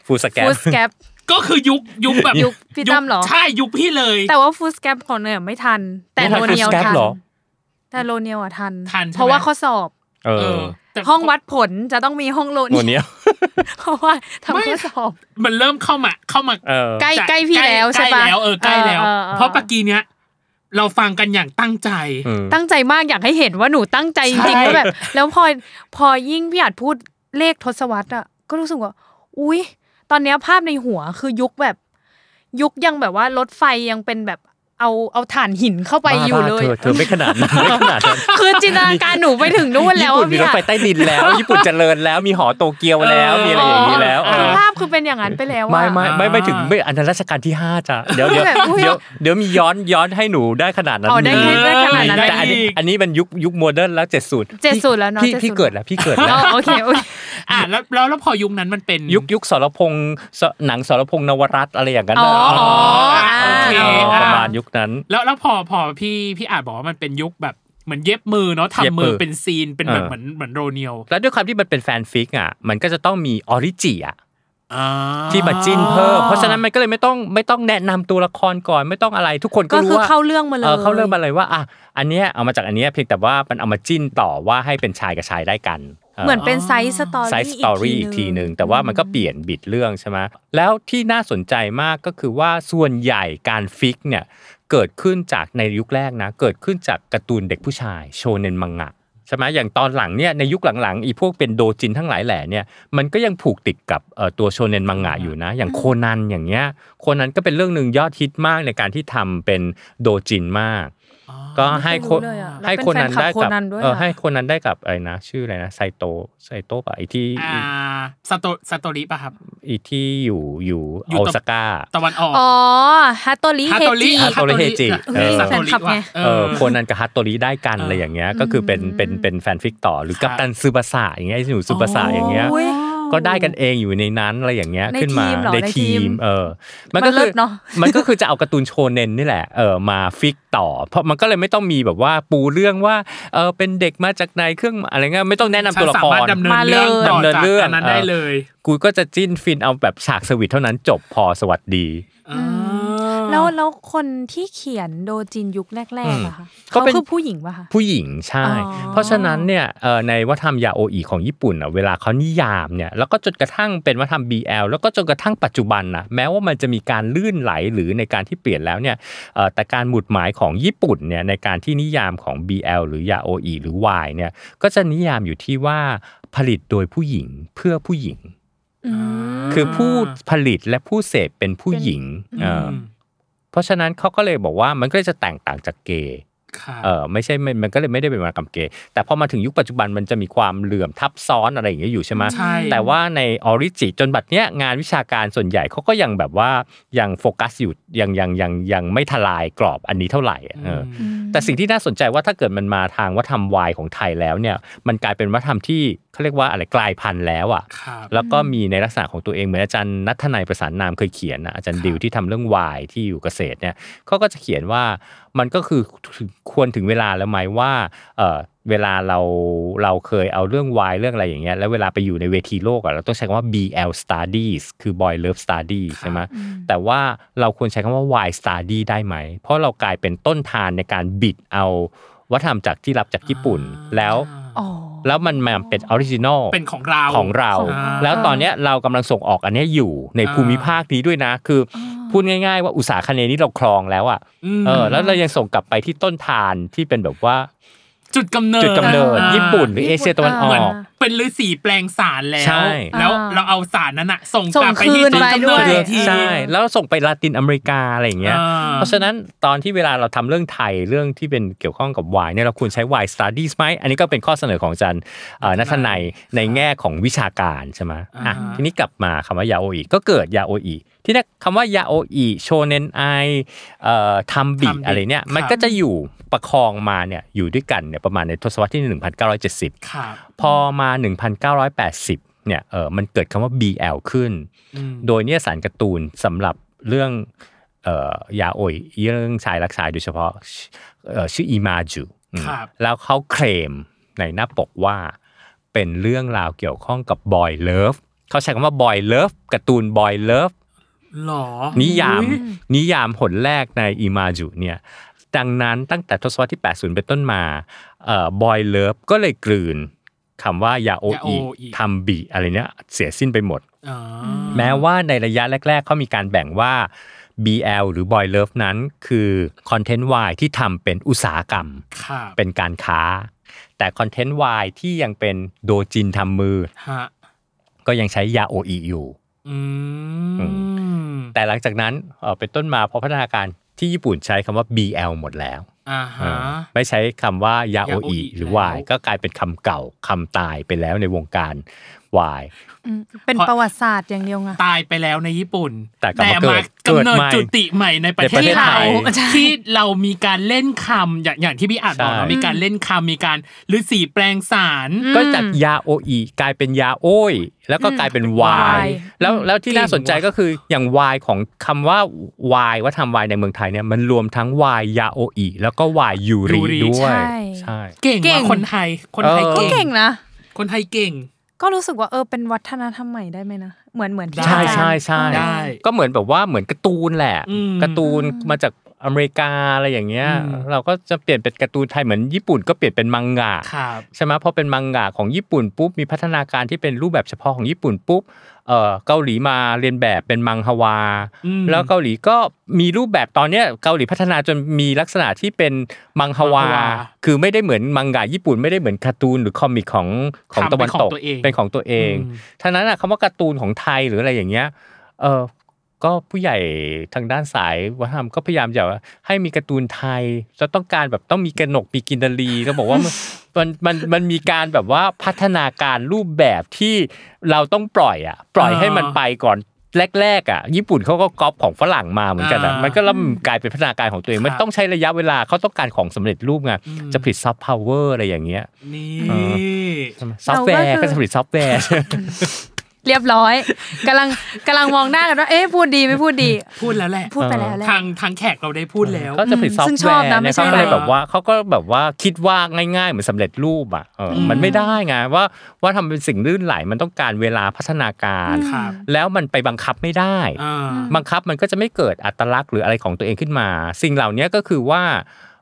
ฟูสแกน ฟูสแกป ก็คือยุคยุคแบบ ยุคพี่ตั้มเหรอ ใช่ยุคพี่เลย แต่ว่าฟูสแกปของเนี่ยไม่ทัน แต่ ไม่ทัน โลเนียว foolscap ทัน เหรอ แต่โลเนียวอ่ะทัน ทันใช่ไหม เพราะว่าข้อสอบ เอ เอ อ อแต่ ห้องวัดผลจะต้องมีห้องโล โล เนี เนี ยวย ล เพราะว่าทำข้อสอบ มันเริ่มเข้ามาเข้ามา เออ ใกล้ จะ ใกล้พี่แล้วใช่ใกปะล้แล้วเออใกล้แล้ว ออออ เพราะปากีเนี้ยเราฟังกันอย่างตั้งใจ อืม ตั้งใจมากอยากให้เห็นว่าหนูตั้งใจจริง ใช่ ๆว่าแบบ แล้วพอพอยิ่งพี่อาจพูดเลขทศวรรษอ่ะก็รู้สึกว่า อุ๊ย ตอนเนี้ยภาพในหัวคือยุคแบบ ยุคยังแบบว่ารถไฟยังเป็นแบบเอาเอาถ่านหินเข้าไป บ้า อยู่เล บ้าย เธอเธอไม่ขนาดนั้นไม่ขนาดนั้น คือจินตนาการหนูไปถึงนู่น ญี่ แล้ว ปุ่น อะ มี พี่ รถ อา ไฟ จ ใต้ดิน แล้วญี่ปุ่นเจริญแล้วมีหอโตเกียวแล้วมีอะไรอย่างนี้แล้วเอ คือ อ ภาพคือเป็นอย่างนั้นไปแล้วอะ ไม่ไม่ไม่ไม่ถึง อ่า ไม่อันนั้นรัชกาลที่ห้าจ้ะเดี๋ยวเดี๋ยว แบบอุ๊ย เดี๋ยวเดี๋ยวมีย้อนย้อนให้หนูได้ขนาดนั้น อ๋อได้ เลย ให้ได้ขนาดนั้น แต่อันนี้ ได้อีก อันนี้มันยุคยุคโมเดิร์นแล้วเจ็ดสูตร เจ็ดสูตรแล้วเนอะ พี่ เจ็ดสูตร พี่เกิดแล้วพี่เกิด อ๋ แล้ อ ว โอเคโอเค อ่ะแล้วแล้วแล้วพอยุคนั้นมันเป็น ยุคยุคสรพงษ์สหนังสรพงษ์นวรัตน์อะไรอย่างนั้น อ๋อ น่ะ อ๋ออ่า โอเค เออ อ่ ประมาณยุคนั้น แล้วแล้วพอพอพี่พี่อาจบอกว่ามันเป็นยุคแบบเหมือนเย็บมือเนาะ เย็บ ทำ มื มื อ อเป็นซีนเป็นแบบ เออ เหมือนเหมือนโรเนียว แล้วด้วยความที่มันเป็นแฟนฟิกอ่ะมันก็จะต้องมีออริจิอ่ะ อ่า ที่มาจิ้นเพิ่มเพราะฉะนั้นมันก็เลยไม่ต้องไม่ต้องแนะนำตัวละครก่อนไม่ต้องอะไรทุกคนก็ ก็ รู้ คือ ว่า เข้าเรื่องมาเลย เออเข้าเรื่องมาเลยว่าอ่ะอันเนี้ยเอามาจากอันเนี้ยเพียงแต่ว่ามันเอามาจิ้นต่อว่าให้เป็นชายกับชายได้กัน เหมือนเป็นไซส์สตอรี่ ไซส์สตอรี่อีกทีหนึ่งแต่ว่ามันก็เปลี่ยนบิดเรื่องใช่ไหมแล้วที่น่าสนใจมากก็คือว่าส่วนใหญ่การฟิกเนี่ยเกิดขึ้นจากในยุคแรกนะเกิดขึ้นจากการ์ตูนเด็กผู้ชายโชเนนมังงะใช่ไหมอย่างตอนหลังเนี่ยในยุคหลังๆอีพวกเป็นโดจินทั้งหลายแหล่เนี่ย มันก็ยังผูกติดกับเอ่อตัวโชเนนมังงะอยู่นะ อย่างโคนันอย่างเงี้ยโคนันก็เป็นเรื่องหนึ่งยอดฮิตมากในการที่ทำเป็นโดจินมาก ก็ให้โค ไม่รู้เลยอะ ให้โคนันได้ แล้วเป็นแฟนคลับโค กับ นันด้วยอะ เออให้โคนันได้กับไอ้นะ ชื่ออะไรนะไซโตไซโตะปะไอที่ อ่าสโตสโตริป่ะครับ ไอที่อยู่อยู่ อยู่ โอ ตะ ซาก้า ตะวันออก อ๋อฮัตโตริ ฮา เฮ โตริ จิ ฮาโตริเฮจิ ฮาโตฮาเออโตริ แฟนคลับไง ว่ะเอ เอออโคนันกับฮัตโตริได้กัน เอออ อะไรอย่างเงี้ยก็คือเป็นเป็นเป็นแฟนฟิกต่อหรือกัปตันซูบาสะอย่างเงี้ยไอ้หนูซูบาสะอย่างเงี้ย โอ้ย ก็ได้กันเองอยู่ในนั้นอะไรอย่างเงี้ย ใน ขึ้นมา ทีมเหรอ ใน ในที ที ม มเออ มัน ก็คื เลิศเนอะ มันก็คือจะเอาการ์ตูนโชเนนนี่แหละเออมาฟิกต่อ เพราะมันก็เลยไม่ต้องมีแบบว่าปูเรื่องว่าเออเป็นเด็กมาจากไหนเครื่องอะไรเงี้ยไม่ต้องแนะฉันำตัวละ สา คร มารถดำเนินเรื่องต่อ ดำเนิน จาก เรื่อง อันนั้นได้เลย กูก็จะจิ้นฟินเอาแบบฉากสวิตเท่านั้นจบพอสวัสดี อ่า แล้วแล้วคนที่เขียนโดจินยุคแรก อืม ๆอะค่ะ ก็ เขา เป็น คือผู้หญิงป่ะคะ ผู้หญิงใช่ อ๋อ เพราะฉะนั้นเนี่ยเอ่อในวัฒนธรรมยาโออีของญี่ปุ่นอ่ะเวลาเขานิยามเนี่ยแล้วก็จนกระทั่งเป็นวัฒนธรรม BL แล้วก็จนกระทั่งปัจจุบันนะแม้ว่ามันจะมีการลื่นไหลหรือในการที่เปลี่ยนแล้วเนี่ยเอ่อแต่การหมุดหมายของญี่ปุ่นเนี่ยในการที่นิยามของ BL หรือยาโออีหรือ Y เนี่ยก็จะนิยามอยู่ที่ว่าผลิตโดยผู้หญิงเพื่อผู้หญิง อืม คือผู้ผลิตและผู้เสพเป็นผู้หญิง เป็น เอ่อ เพราะฉะนั้นเขาก็เลยบอกว่ามันก็เลยจะแตกต่างจากเกย์ ครับ เออไม่ใช่มันมันก็เลยไม่ได้เป็นวรรณกรรมเกย์แต่พอมาถึงยุคปัจจุบันมันจะมีความเหลื่อมทับซ้อนอะไรอย่างเงี้ยอยู่ใช่ไหม ใช่ แต่ว่าในออริจิจนบัดเนี้ยงานวิชาการส่วนใหญ่เขาก็ยังแบบว่ายังโฟกัสอยู่ยังยังยังยังไม่ทลายกรอบอันนี้เท่าไหร่อะเอออ อืม แต่สิ่งที่น่าสนใจว่าถ้าเกิดมันมาทางวัฒนธรรมวายของไทยแล้วเนี่ยมันกลายเป็นวัฒนธรรมที่เขาเรียกว่าอะไรกลายพันธุ์แล้วอ่ะ ครับ แล้วก็มีในลักษณะของตัวเองเหมือนอาจารย์นัทนายประสานนามเคยเขียนนะอาจารย์ดิวที่ทำเรื่องวายที่อยู่เกษตรเนี่ยเขาก็จะเขียนว่ามันก็คือควรถึงเวลาแล้วไหมว่าเอ่อเวลาเราเราเคยเอาเรื่องวายเรื่องอะไรอย่างเงี้ยแล้วเวลาไปอยู่ในเวทีโลกอะเราต้องใช้คำว่า BL studies คือ boy love studies ใช่ไหมแต่ว่าเราควรใช้คำว่า y study ได้ไหม เพราะเรากลายเป็นต้นทานในการบิดเอาวัฒนธรรมจากที่รับจากญี่ปุ่นแล้ว อ๋อ แล้วมันมาเป็นออริจินอล เป็นของเรา ของเรา ของเรา แล้วตอนเนี้ยเรากำลังส่งออกอันเนี้ยอยู่ใน อ่า ภูมิภาคนี้ด้วยนะ คืออพูดง่ายๆว่าอุตสาคเนนี้เราครองแล้วอ่ะ ม เออแล้วเรายังส่งกลับไปที่ต้นทานที่เป็นแบบว่า จุดกำเนิด จุดกำเนิด อ่า ญี่ปุ่นหรือเอเชียตะวันอ เหมือน อก เป็นฤาษีแปลงสารแล้ว ใช่ แล้ว อ่า เราเอาสารนั้นอะส่งกลับไป ส่งคื ที่ น จุดกำเนิด ไปด้วย อีกที ใช่แล้วส่งไปลาตินอเมริกาอะไรอย่างเงี้ย อ่า เพราะฉะนั้นตอนที่เวลาเราทำเรื่องไทยเรื่องที่เป็นเกี่ยวข้องกับวายเนี่ยเราควรใช้วายสต u ดี้ไหมอันนี้ก็เป็นข้อเสนอของอาจันนัทนัยในแง่ของวิชาการใช่ไหมอ่ะ อ่าฮะ ทีนี้กลับมาคำว่ายาโออีก็เกิดยาโออีที่นี่คำว่ายาโออีโชเนนไอทำบิอะไรเนี่ยมันก็จะอยู่ประคองมาเนี่ยอยู่ด้วยกันเนี่ยประมาณในทศวรรษที่ 1970 ครับ พอมา 1980 เนี่ย เออมันเกิดคำว่า BL ขึ้น อืม โดยเนี่ยสารการ์ตูนสำหรับเรื่อง เอ่อยาโอยเรื่องชายรักชายโดยเฉพาะเอ่อชื่ออีมาจูอืม ครับ แล้วเขาเคลมในหน้าปกว่า เป็นเรื่องราวเกี่ยวข้องกับบอยเลิฟเขาใช้คำว่าบอยเลิฟการ์ตูนบอยเลิฟ หรอ นิยาม นิยามผลแรกในอิมาจุเนี่ยดังนั้นตั้งแต่ทศวรรษที่ 80 เป็นต้นมาเอ่อบอยเลิฟก็เลยกลืนคำว่ายาโออี yaoi ทำบีอะไรเนี่ยเสียสิ้นไปหมด อ๋อ แม้ว่าในระยะแรก ๆเขามีการแบ่งว่า BL หรือ Boy Love นั้นคือคอนเทนต์วายที่ทำเป็นอุตสาหกรรม ครับ เป็นการค้า แต่คอนเทนต์วายที่ยังเป็นโดจินทำมือ ฮะ ก็ยังใช้ยาโออีอยู่ อื อื ม แต่หลังจากนั้นเอ่อเป็นต้นมาพอพัฒนาการที่ญี่ปุ่นใช้คำว่า BL หมดแล้ว อ่า เอ ฮะ อไม่ใช้คำว่ายาโอ yaoi อีหรือ แล้ว วายก็กลายเป็นคำเก่าคำตายไปแล้วในวงการวาย อืมเป็นประวัติศาสตร์อย่างเดียวไง ตายไปแล้วในญี่ปุ่น แต่กลับมาเกิด กำเนิด เกิดใหม่ จุติใหม่ในประเทศ ในประเทศ ไท ไท ย ย ที่เรามีการเล่นคำอย่างอย่างที่พี่อาจบอก ใช่ เนาะมีการเล่นคำมีการฤาษีแปลงสาร ก็จากยาโออีกลายเป็นยาโอ้ยแล้วก็กลายเป็นวา เป็นวาย ย แล้วแล้วที่ เก่ง น่าสนใจ ว่ะ ก็คืออย่างวายของคำว่าวายว่าทำวายในเมืองไทยเนี่ยมันรวมทั้งวายยาโออีแล้วก็วายยูริด้วย ใช่ เก่ง เก่ ว่ะ ง คนไทย คนไทย เออ ก็เก่ เก่ งนะ คนไทยเก่ง ก็รู้สึกว่าเออเป็นวัฒนธรรมใหม่ได้ไหมนะ เหมือนเหมือนที่ ใช่ อาจารย์ ใช่ใช่ ได้ ก็เหมือนแบบว่าเหมือนการ์ตูนแหละ อืม การ์ตูนมาจากอเมริกาอะไรอย่างเงี้ยเราก็จะเปลี่ยนเป็นการ์ตูนไทยเหมือนญี่ปุ่นก็เปลี่ยนเป็นมังงะ ครับ ใช่ไหมพอเป็นมังงะของญี่ปุ่นปุ๊บมีพัฒนาการที่เป็นรูปแบบเฉพาะของญี่ปุ่นปุ๊บเออเกาหลีมาเรียนแบบเป็นมังฮวา อืม แล้วเกาหลีก็มีรูปแบบตอนเนี้ยเกาหลีพัฒนาจนมีลักษณะที่เป็นมังฮวา มังฮวา คือไม่ได้เหมือนมังงะญี่ปุ่นไม่ได้เหมือนการ์ตูนหรือคอมิกของของ ทำเป็น ตะวัน ของ ตก ตัวเอง เป็นของตัวเอง ม ท่านั้นอ่ะคำว่าการ์ตูนของไทยหรืออะไรอย่างเงี้ย เออก็ผู้ใหญ่ทางด้านสายวัฒนธรรมก็พยายามจะว่าให้มีการ์ตูนไทยจะต้องการแบบต้องมีกระหนกมีกินดารีก็บอกว่ามัน มันมันมันมีการแบบว่าพัฒนาการรูปแบบที่เราต้องปล่อยอ่ะปล่อย อ่า ให้มันไปก่อนแรกๆอ่ะญี่ปุ่นเขาก็ก๊อปของฝรั่งมาเหมือนกันอ่ะ อ่ามั มันก็เริ่มกลายเป็นพัฒนาการของตัวเอง ครับ มันต้องใช้ระยะเวลาเขาต้องการของสำเร็จรูปไง อืม จะผลิตซอฟต์พาวเวอร์อะไรอย่างเงี้ย นี่ ซอฟต์แวร์ก็จะผลิตซอฟต์แวร์ เรียบร้อยกำลังกำลังมองหน้ากันว่าเอ๊ะพูดดีไม่พูดดี พูดแล้วแหละ พูดไปแล้วแหละ ทางทางแขกเราได้พูดแล้ว เขาจะผลิตซอฟ ซึ่ง ต์ ช แว อบ ร์ นะไม่ เนี่ย ใช่ เขาก็เลย แบบ แบบว่าเขาก็แบบว่าคิดว่าง่ายๆ เหมือนสำเร็จรูปอ่ะเอออ ม มันไม่ได้ไงว่าว่าทำเป็นสิ่งลื่นไหลมันต้องการเวลาพัฒนาการ ครับ แล้วมันไปบังคับไม่ได้ อ่า บังคับมันก็จะไม่เกิดอัตลักษณ์หรืออะไรของตัวเองขึ้นมา สิ่งเหล่านี้ก็คือว่า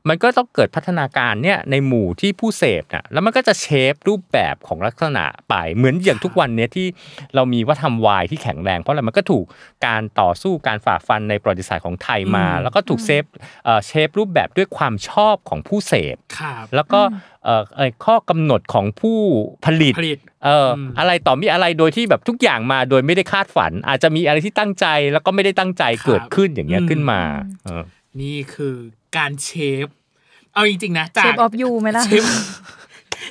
มันก็ต้องเกิดพัฒนาการเนี่ยในหมู่ที่ผู้เสพน่ะแล้วมันก็จะเชฟรูปแบบของลักษณะไปเหมือนอย่างทุกวันเนี้ยที่เรามีวัฒนธรรมวายที่แข็งแรง เพราะอะไรมันก็ถูกการต่อสู้การฝ่าฟันในประวัติศาสตร์ของไทยมา อืม แล้วก็ถูกเซฟเอ่อเชฟรูปแบบด้วยความชอบของผู้เสพ ครับ แล้วก็เอ่อเอ่อข้อกำหนดของผู้ผลิต ผลิต เอออ ม อะไรต่อมีอะไรโดยที่แบบทุกอย่างมาโดยไม่ได้คาดฝัน อาจจะมีอะไรที่ตั้งใจแล้วก็ไม่ได้ตั้งใจเกิดขึ้นอย่างเงี้ยขึ้นมาเออ นี่คือการเชฟ เอาจริงๆนะ เช จาก ฟออฟยูไหมล่ะ เชฟ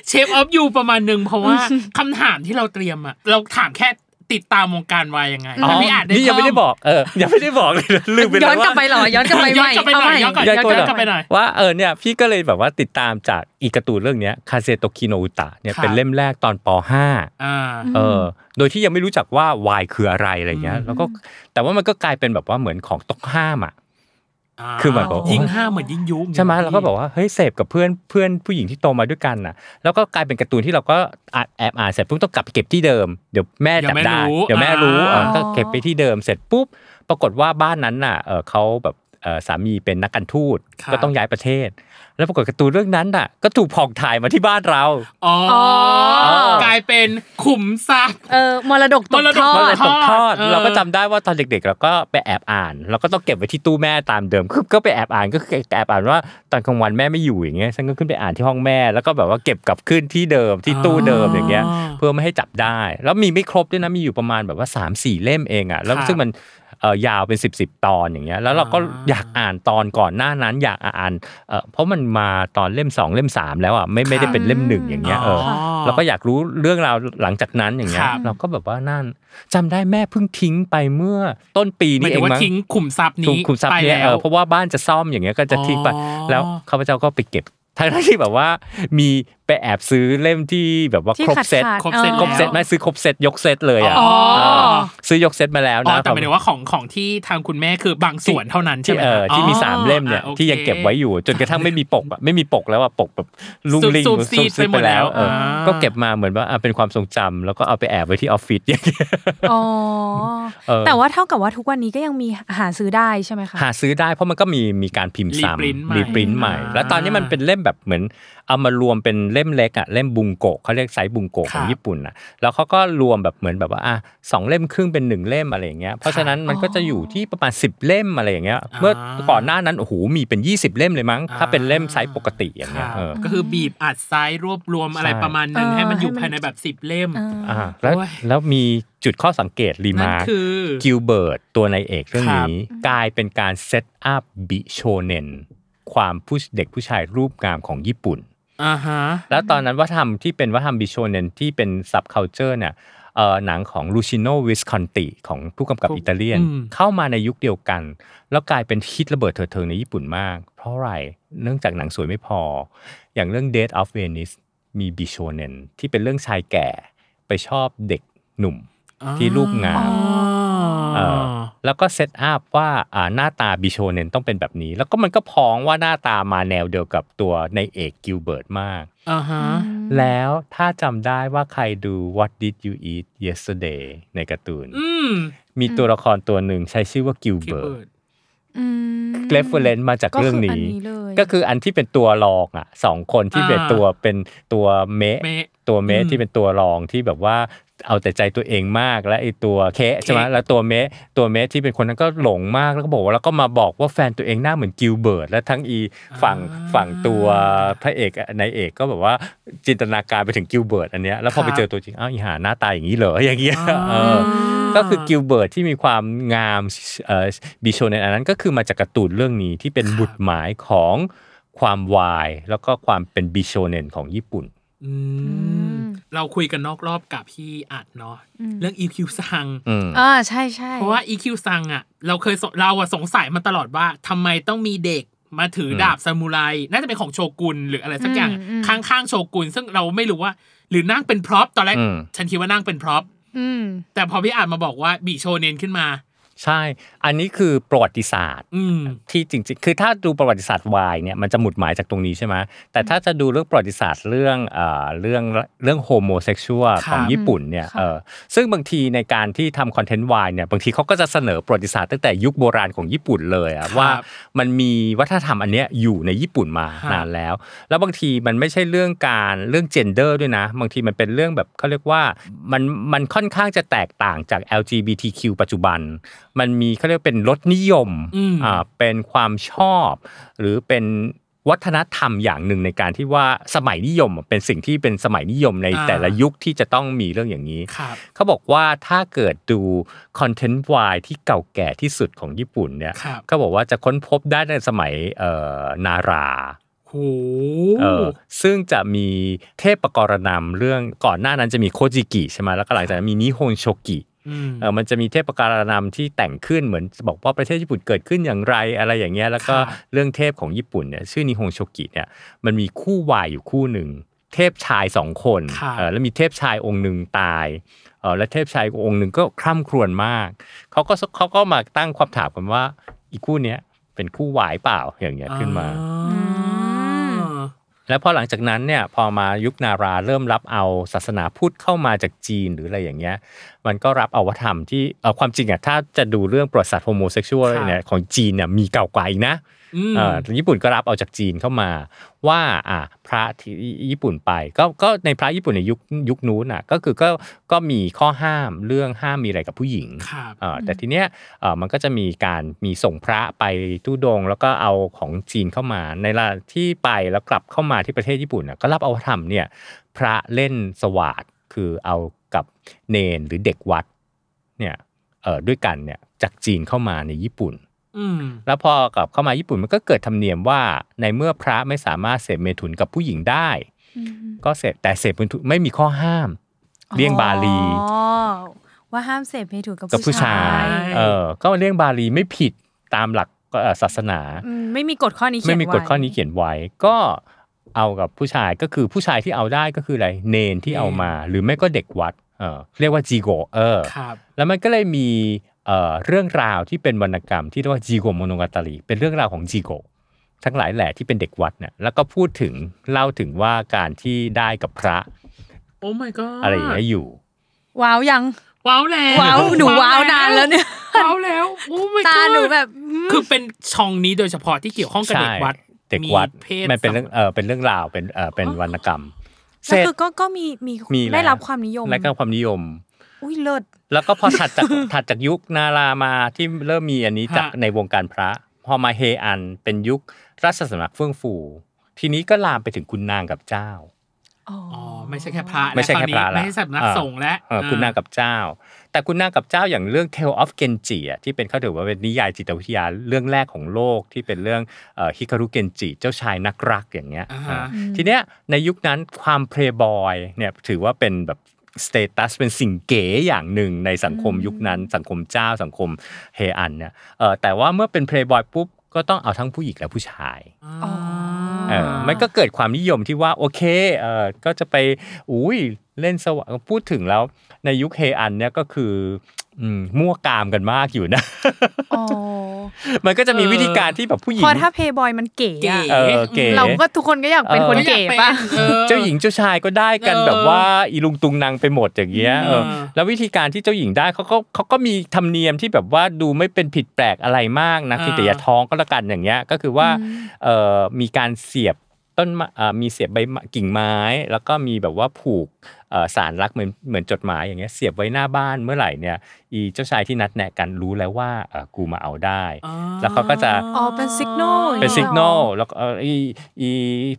เชฟออฟยูประมาณหนึ่งเพราะว่าคำถามที่เราเตรียมอะเราถามแค่ติดตามวงการวายยังไง อ๋อ มันไม่อาจได้ นี่ยังไม่ได้บ เ อกเออยังไม่ได้บอกเลย นะลืมไป ย้ แล้ อ วน กลับ ว่า ไปเหรอ ย้อนกลับไป ย้ ให อน ม่ กลับไปหน่อยย้อนกลับ เาใหม่ กลับไปหน่อย ว่าเออเนี่ยพี่ก็เลยแบบว่าติดตามจากอีการ์ตูนเรื่องเนี้ยคาเซโตคิโนอุตะเนี่ย ครับ เป็นเล่มแรกตอนป .5 อ่า เออโดยที่ยังไม่รู้จักว่าวายคืออะไรอะไรเงี้ย อืม แล้วก็แต่ว่ามันก็กลายเป็นแบบว่าเหมือนของต้องห้ามอ่ะ คือหมายความว่า ยิ่งห้ามเหมือนยิ่งยุ ใช่ไหมเราก็บอกว่าเฮ้ยเสพกับเพื่อนเพื่อนผู้หญิงที่โตมาด้วยกันน่ะ แล้วก็กลายเป็นการ์ตูนที่เราก็อ่ะแอบอ่านเสร็จปุ๊บต้องกลับไปเก็บที่เดิมเดี๋ยวแม่จับได้เดี๋ยวแม่รู้เออก็เก็บไปที่เดิมเสร็จปุ๊บปรากฏว่าบ้านนั้นน่ะเออเขาแบบเอ่อสามีเป็นนักการทูต ครับ ก็ต้องย้ายประเทศ แล้วปรากฏการ์ตูนเรื่องนั้นน่ะก็ถูกผ่องถ่ายมาที่บ้านเรา อ๋ออ๋อ เออ กลายเป็นขุมทรัพย์ เออมรดกตก มรด ท ก อ มัน ด เลยตกทอด เออ เราก็จำได้ว่าตอนเด็กๆเราก็ไปแอบอ่านเราก็ต้องเก็บไว้ที่ตู้แม่ตามเดิมคือก็ไปแอบอ่านก็คือแอบอ่านว่าตอนกลางวันแม่ไม่อยู่อย่างเงี้ยฉันก็ขึ้นไปอ่านที่ห้องแม่ แล้วก็แบบว่าเก็บกลับขึ้นที่เดิมที่ตู้เดิมอย่างเงี้ยเพื่อไม่ให้จับได้ แล้วมีไม่ครบด้วยนะมีอยู่ประมาณแบบว่า 3 4 เล่มเองอ่ะแล้วซึ่งมันเอ่อยาวเป็น 10บสตอนอย่างเงี้ยแล้วเราก็อยากอ่านตอนก่อนหน้านั้นอยากอ่านเอ่อเพราะมันมาตอนเล่ม 2 เล่ม 3 แล้วอ่ะไม่ไม่ได้เป็นเล่มหนึ่งอย่างเงี้ยเออ อ๋อ เราก็อยากรู้เรื่องราวหลังจากนั้นอย่างเงี้ย ครับ เราก็แบบว่านั่นจำได้แม่เพิ่งทิ้งไปเมื่อต้นปี หมา นี้ ย เอ ถึ ง งว่า มั้ง ทิ้งขุมทรัพย์ ถู นี้ กขุมทรัพย์ ไป เนี่ย แล้ เอ ว อเพราะว่าบ้านจะซ่อมอย่างเงี้ยก็จะทิ้งไป อ๋อ แล้วข้าพเจ้าก็ไปเก็บทั้งที่แบบว่ามีไปแอบซื้อเล่มที่แบบว่า ที่ ครบ ขาด เซต ขาด ครบเซต ออ ครบเซตไหม่ซื้อครบเซตยกเซตเลยอ่ะ อ๋ออ๋อ าซื้อยกเซตมาแล้ว อ๋อ นะ แต่หมายถึงว่าของของที่ทางคุณแม่คือบางส่วนเท่านั้นใช่ ที่ ไหม เออที่มีสามเล่มเนี่ย อ๋อโอค ที่ยังเก็บไว้อยู่ จนกระทั่งไม่มีปกอะไม่มีปกแล้วอ่ะปกแบบลุ่งลิง สูบซีด บ ไปหมดแล้ว เอออา ก็เก็บมาเหมือนว่าอ่ะเป็นความทรงจำแล้วก็เอาไปแอบไว้ที่ออฟฟิศอย่างเงี้ย อ๋อ เออ แต่ว่าเท่ากับว่าทุกวันนี้ก็ยังมีหาซื้อได้ใช่ไหมคะ หาซื้อได้เพราะมันก็มีมีการพิมพ์ซ้ำ Reprint ใหม่ ปริ้นใหม่ อ่า แล้วตอนนี้มันเป็นเล่มแบบเหมือน เอามารวมเป็นเล่มเล็กอ่ะเล่มบุงโกะเขาเรียกไซส์บุงโกะ ค ข รับ องญี่ปุ่นอ่ะแล้วเขาก็รวมแบบเหมือนแบบว่าอ่ะสองเล่มครึ่งเป็นหนึ่งเล่มอะไรอย่างเงี้ยเพราะฉะนั้นมันก็จะอยู่ที่ประมาณ 10 เล่มอะไรอย่างเงี้ยเมื่อก่อนหน้านั้นโอ้โหมีเป็น 20 เล่มเลยมั้ง ถ้าเป็นเล่มไซส์ปกติอย่างเงี้ย ครับ เออ ก็คือบีบอัดไซส์รวบรวมอะไร ใช่ ประมาณนั้น เออ ให้มันอยู่ภาให้มันยในแบบสิบเล่ม อ่าแล้ว โอ้ย แล้วมีจุดข้อสังเกตรี นั่น มาร์ค คือ กิลเบิร์ตตัวนายเอกเรื่อง ครับ นี้กลายเป็นการเซตอัพบิโชเนนความผู้เด็กผู้ชายรูปงามของญี่ปุ่น อ่าฮะ แล้วตอนนั้นวัฒนธรรมที่เป็นวัฒนธรรมบิโชเนนที่เป็นซับเค u เจอร์เนี่ยเอ่อหนังของลูชิโนวิสคอนติของผู้กำกับอิตาเลียน อืม เข้ามาในยุคเดียวกัน แล้วกลายเป็นฮิตระเบิดเถิดเทิงในญี่ปุ่นมาก เพราะอะไรเนื่องจากหนังสวยไม่พอ อย่างเรื่อง Date of Venice มีบิโชเนนที่เป็นเรื่องชายแก่ไปชอบเด็กหนุ่ม ที่รูปงาม อ๋อ แล้วก็เซตอัพว่าอ่าหน้าตาบิโชเนนต้องเป็นแบบนี้ แล้วก็มันก็พ้องว่าหน้าตามาแนวเดียวกับตัวในเอกกิลเบิร์ตมาก อ่าฮะ แล้วถ้าจำได้ว่าใครดู What Did You Eat Yesterday ในการ์ตูน อืม มีตัวละครตัวหนึ่งใช้ชื่อว่ากิล คิด เบิ เปิ ร์ต ด อืม เรฟเฟอเรนซ์มาจากเรื่องนี้ ก็คืนนี้เลย ก็คืออันที่เป็นตัวรองอ่ะสองคนที่ อ่า เป็นตัวเป็นตัวเมะ เมะ ตัวเมะ อืม ที่เป็นตัวรองที่แบบว่าเอาแต่ใจตัวเองมากและไอตัวเคะใช่ไหม เคะ แล้วตัวเมะตัวเมะที่เป็นคนนั้นก็หลงมากแล้วก็บอกว่าแล้วก็มาบอกว่าแฟนตัวเองหน้าเหมือนกิลเบิร์ตและทั้งอีฝั่ง อ่า ฝั่งตัวพระเอกนายเอกก็แบบว่าจินตนาการไปถึงกิลเบิร์ตอันเนี้ยแล้วพอคไปรับ เจอตัวจริงอ้าวอีหาหน้าตาอย่างนี้เหรออย่างเงี้ยเออ อ่า ก็คือกิลเบิร์ตที่มีความงามเอ่อบิโชเนนอันนั้นก็คือมาจากการ์ตูนเรื่องนี้ที่เป็นบุตรหมายของความวาย แล้วก็ความเป็นบิโชเนนของญี่ปุ่น อืมเราคุยกันนอกรอบกับพี่อัดเนาะเรื่อง EQ ซัง อืม อ่าใช่ใช่ เพราะว่า EQ ซังอ่ะ เราเคยสเราอะสงสัยมาตลอดว่าทำไมต้องมีเด็กมาถืออ ม ดาบซามูไร น่าจะเป็นของโชกุนหรืออะไรสักอย่างข้างๆโชกุน ซึ่งเราไม่รู้ว่า หรือนั่งเป็นพร็อพตอนแรก อืม ฉันคิดว่านั่งเป็นพร็อพ อืม แต่พอพี่อ่านมาบอกว่าบีโชเนนขึ้นมา ใช่ อันนี้คือประวัติศาสตร์ อืม ที่จริงๆ คือถ้าดูประวัติศาสตร์วายเนี่ยมันจะหมุดหมายจากตรงนี้ใช่ไหมแต่ถ้าจะดูเรื่องประวัติศาสตร์เรื่องเอ่อเรื่องเรื่องโฮโมเซ็กชวล ครับ ของญี่ปุ่นเนี่ย ค่ะ เออซึ่งบางทีในการที่ทำคอนเทนต์วายเนี่ยบางทีเขาก็จะเสนอประวัติศาสตร์ตั้งแต่ยุคโบราณของญี่ปุ่นเลยอะว่ามันมีวัฒนธรรมอันเนี้ยอยู่ในญี่ปุ่นมานานแล้ว แล้วบางทีมันไม่ใช่เรื่องการเรื่องเจนเดอร์ด้วยนะ บางทีมันเป็นเรื่องแบบเขาเรียกว่ามันมันค่อนข้างจะแตกต่างจาก LGBTQ ปัจจุบัน มันมีเขาเรียกเป็นรสนิยม อืม อ่าเป็นความชอบ หรือเป็นวัฒนธรรมอย่างหนึ่งในการที่ว่าสมัยนิยมเป็นสิ่งที่เป็นสมัยนิยมใน อ่า แต่ละยุคที่จะต้องมีเรื่องอย่างนี้ ครับ เขาบอกว่าถ้าเกิดดูคอนเทนต์วายที่เก่าแก่ที่สุดของญี่ปุ่นเนี่ย ครับ เขาบอกว่าจะค้นพบได้ในสมัยเอ่อนารา โห เออซึ่งจะมีเทพประกรณำเรื่องก่อนหน้านั้นจะมีโคจิกิใช่ไหมแล้วก็หลังจากนั้นมีนิฮงโชกิ ม เออมันจะมีเทพประกรณำที่แต่งขึ้นเหมือนบอกว่าประเทศญี่ปุ่นเกิดขึ้นอย่างไรอะไรอย่างเงี้ยแล้วก็ ครับ เรื่องเทพของญี่ปุ่นเนี่ยชื่อนิฮงโชกิเนี่ยมันมีคู่วายอยู่คู่หนึ่งเทพชายสองคน ครับ เออแล้วมีเทพชายองค์หนึ่งตายเออและเทพชายองค์หนึ่งก็คร่ำครวญมากเขาก็เขาก็มาตั้งความถามกันว่าอีกคู่เนี้ยเป็นคู่วายเปล่าอย่างเงี้ยขึ้นมา อืม แล้วพอหลังจากนั้นเนี่ยพอมายุคนาราเริ่มรับเอาศาสนาพุทธเข้ามาจากจีนหรืออะไรอย่างเงี้ยมันก็รับเอาวัฒนธรรมที่เอ่อความจริงอ่ะถ้าจะดูเรื่องประวัติศาสตร์โฮโมเซ็กชวล ครับ เนี่ยของจีนเนี่ยมีเก่ากว่าอีกนะ อืม เอ่อญี่ปุ่นก็รับเอาจากจีนเข้ามาว่าอ่ะพระที่ญี่ปุ่นไปก็ก็ในพระญี่ปุ่นในยุคยุคนู้นอ่ะก็คือก็ก็มีข้อห้ามเรื่องห้ามมีอะไรกับผู้หญิง ครับ เอ่อแต่ทีเนี้ยเอ่อมันก็จะมีการมีส่งพระไปทุดงค์แล้วก็เอาของจีนเข้ามา ในละที่ไปแล้วกลับเข้ามาที่ประเทศญี่ปุ่นน่ะก็รับเอาวัฒนธรรมเนี่ยพระเล่นสวาดคือเอากับเนนหรือเด็กวัดเนี่ยเอ่อด้วยกันเนี่ยจากจีนเข้ามาในญี่ปุ่น อืม แล้วพอกลับเข้ามาญี่ปุ่นมันก็เกิดธรรมเนียมว่าในเมื่อพระไม่สามารถเสพเมถุนกับผู้หญิงได้ อืม ก็เสพแต่เสพเมถุนไม่มีข้อห้าม เลี่ยงบาลี อ๋อว่าห้ามเสพไม่ถูก กับผู้ชาย ใช่ เออ ก็เรื่องบาลีไม่ผิดตามหลักเอ่อศาสนา อืมไม่มีกฎข้อนี้เขียน ไม่มีกฎ ว้ ข้อนี้เขียนไว้ ก็เอากับผู้ชายก็คือผู้ชายที่เอาได้ก็คืออะไร เนนที่เอามา หรือไม่ก็เด็กวัด เออเรียกว่าจีโกเออ ครับ แล้วมันก็เลยมีเอ่อเรื่องราวที่เป็นวรรณกรรมที่เรียกว่าจีโกโมโนกาตารีเป็นเรื่องราวของจีโกทั้งหลายแหล่ที่เป็นเด็กวัดเนี่ยแล้วก็พูดถึงเล่าถึงว่าการที่ได้กับพระ โอ้ my god อะไรอย่างเงี้ยอยู่ ว้าวยัง ว้าวแล้ว ว้าวหนูว้าวนานแล้วเนี่ย ว้าวแล้ว โอ้ my god ตาหนูแบบอืม คือเป็นช่องนี้โดยเฉพาะที่เกี่ยวข้องกับเด็กวัด ใช่เด็กวัด มีเพศ มันเป็นเรื่องเออเป็นเรื่องราวเป็นเออเป็นวรรณกรรมเส แล้ว ร็จ คือก็ก็มีมี มีแล้ว ได้รับความนิยม และก็ความนิยม อุ้ยเลิศ แล้วก็พอถัดจาก ถัดจากยุคนารามาที่เริ่มมีอันนี้จาก ฮะ ในวงการพระ พอมาเฮอันเป็นยุคราชสำนักเฟื่องฟู ทีนี้ก็ลามไปถึงคุณนางกับเจ้า อ๋อ ไม่ใช่แค่พระ ไม่ใช่แค่พระ ล้ว ละ ไม่ใช่สำนัก อ่า สงฆ์และ เออคุณนางกับเจ้า แต่คุณนางกับเจ้าอย่างเรื่อง Tale of Genji อ่ะที่เป็นเขาถือว่าเป็นนิยายจิตวิทยาเรื่องแรกของโลกที่เป็นเรื่องฮิคารุเกนจิเจ้าชายนักรักอย่างเงี้ย อ่าฮะ อ่า ทีเนี้ยในยุคนั้นความเพลย์บอยเนี่ยถือว่าเป็นแบบสเตตัสเป็นสิ่งเก๋อย่างหนึ่งในสังคมยุคนั้น สังคมเจ้าสังคมเฮอันเนี่ยเออแต่ว่าเมื่อเป็นเพลย์บอยปุ๊บ ก็ต้องเอาทั้งผู้หญิงและผู้ชาย อ๋อ เออมันก็เกิดความนิยมที่ว่า โอเคเออก็จะไปอุ้ยเล่นสวะพูดถึงแล้วในยุคเฮอันเนี่ยก็คืออืมมั่วกามกันมากอยู่นะ อ๋อ มันก็จะมีวิธีการที่แบบผู้หญิ พ ง อถ้าเพย์บอยมันเก๋ เก๋ อะ เออเก๋ เราก็ทุกคนก็อยากเป็น เออ คน อยา เก๋ ป็น ป่ะ ออ เจ้าหญิงเจ้าชายก็ได้กัน เออ แบบว่าอีลุงตุงนางไปหมดอย่างเงี้ยเออ เออ แล้ววิธีการที่เจ้าหญิงได้เขาก็เขาก็มีธรรมเนียมที่แบบว่าดูไม่เป็นผิดแปลกอะไรมากนะที่แต่อย่าท้องก็แล้วกันอย่างเงี้ยก็คือว่าเออมีการเสียบต้นไม้เอ่อมีเสียบใบไม้กิ่งไม้ แล้วก็มีแบบว่าผูกเอ่อสารรักเหมือนเหมือนจดหมายอย่างเงี้ยเสียบไว้หน้าบ้านเมื่อไหร่เนี่ยอีเจ้าชายที่นัดแนะกันรู้แล้วว่าเอ่อกูมาเอาได้ อ๋อ แล้วเขาก็จะ อ๋อเป็น signal อย่างงี้ยอ๋เป็นอ สัญญาณแล้วก็เอ่ออีอี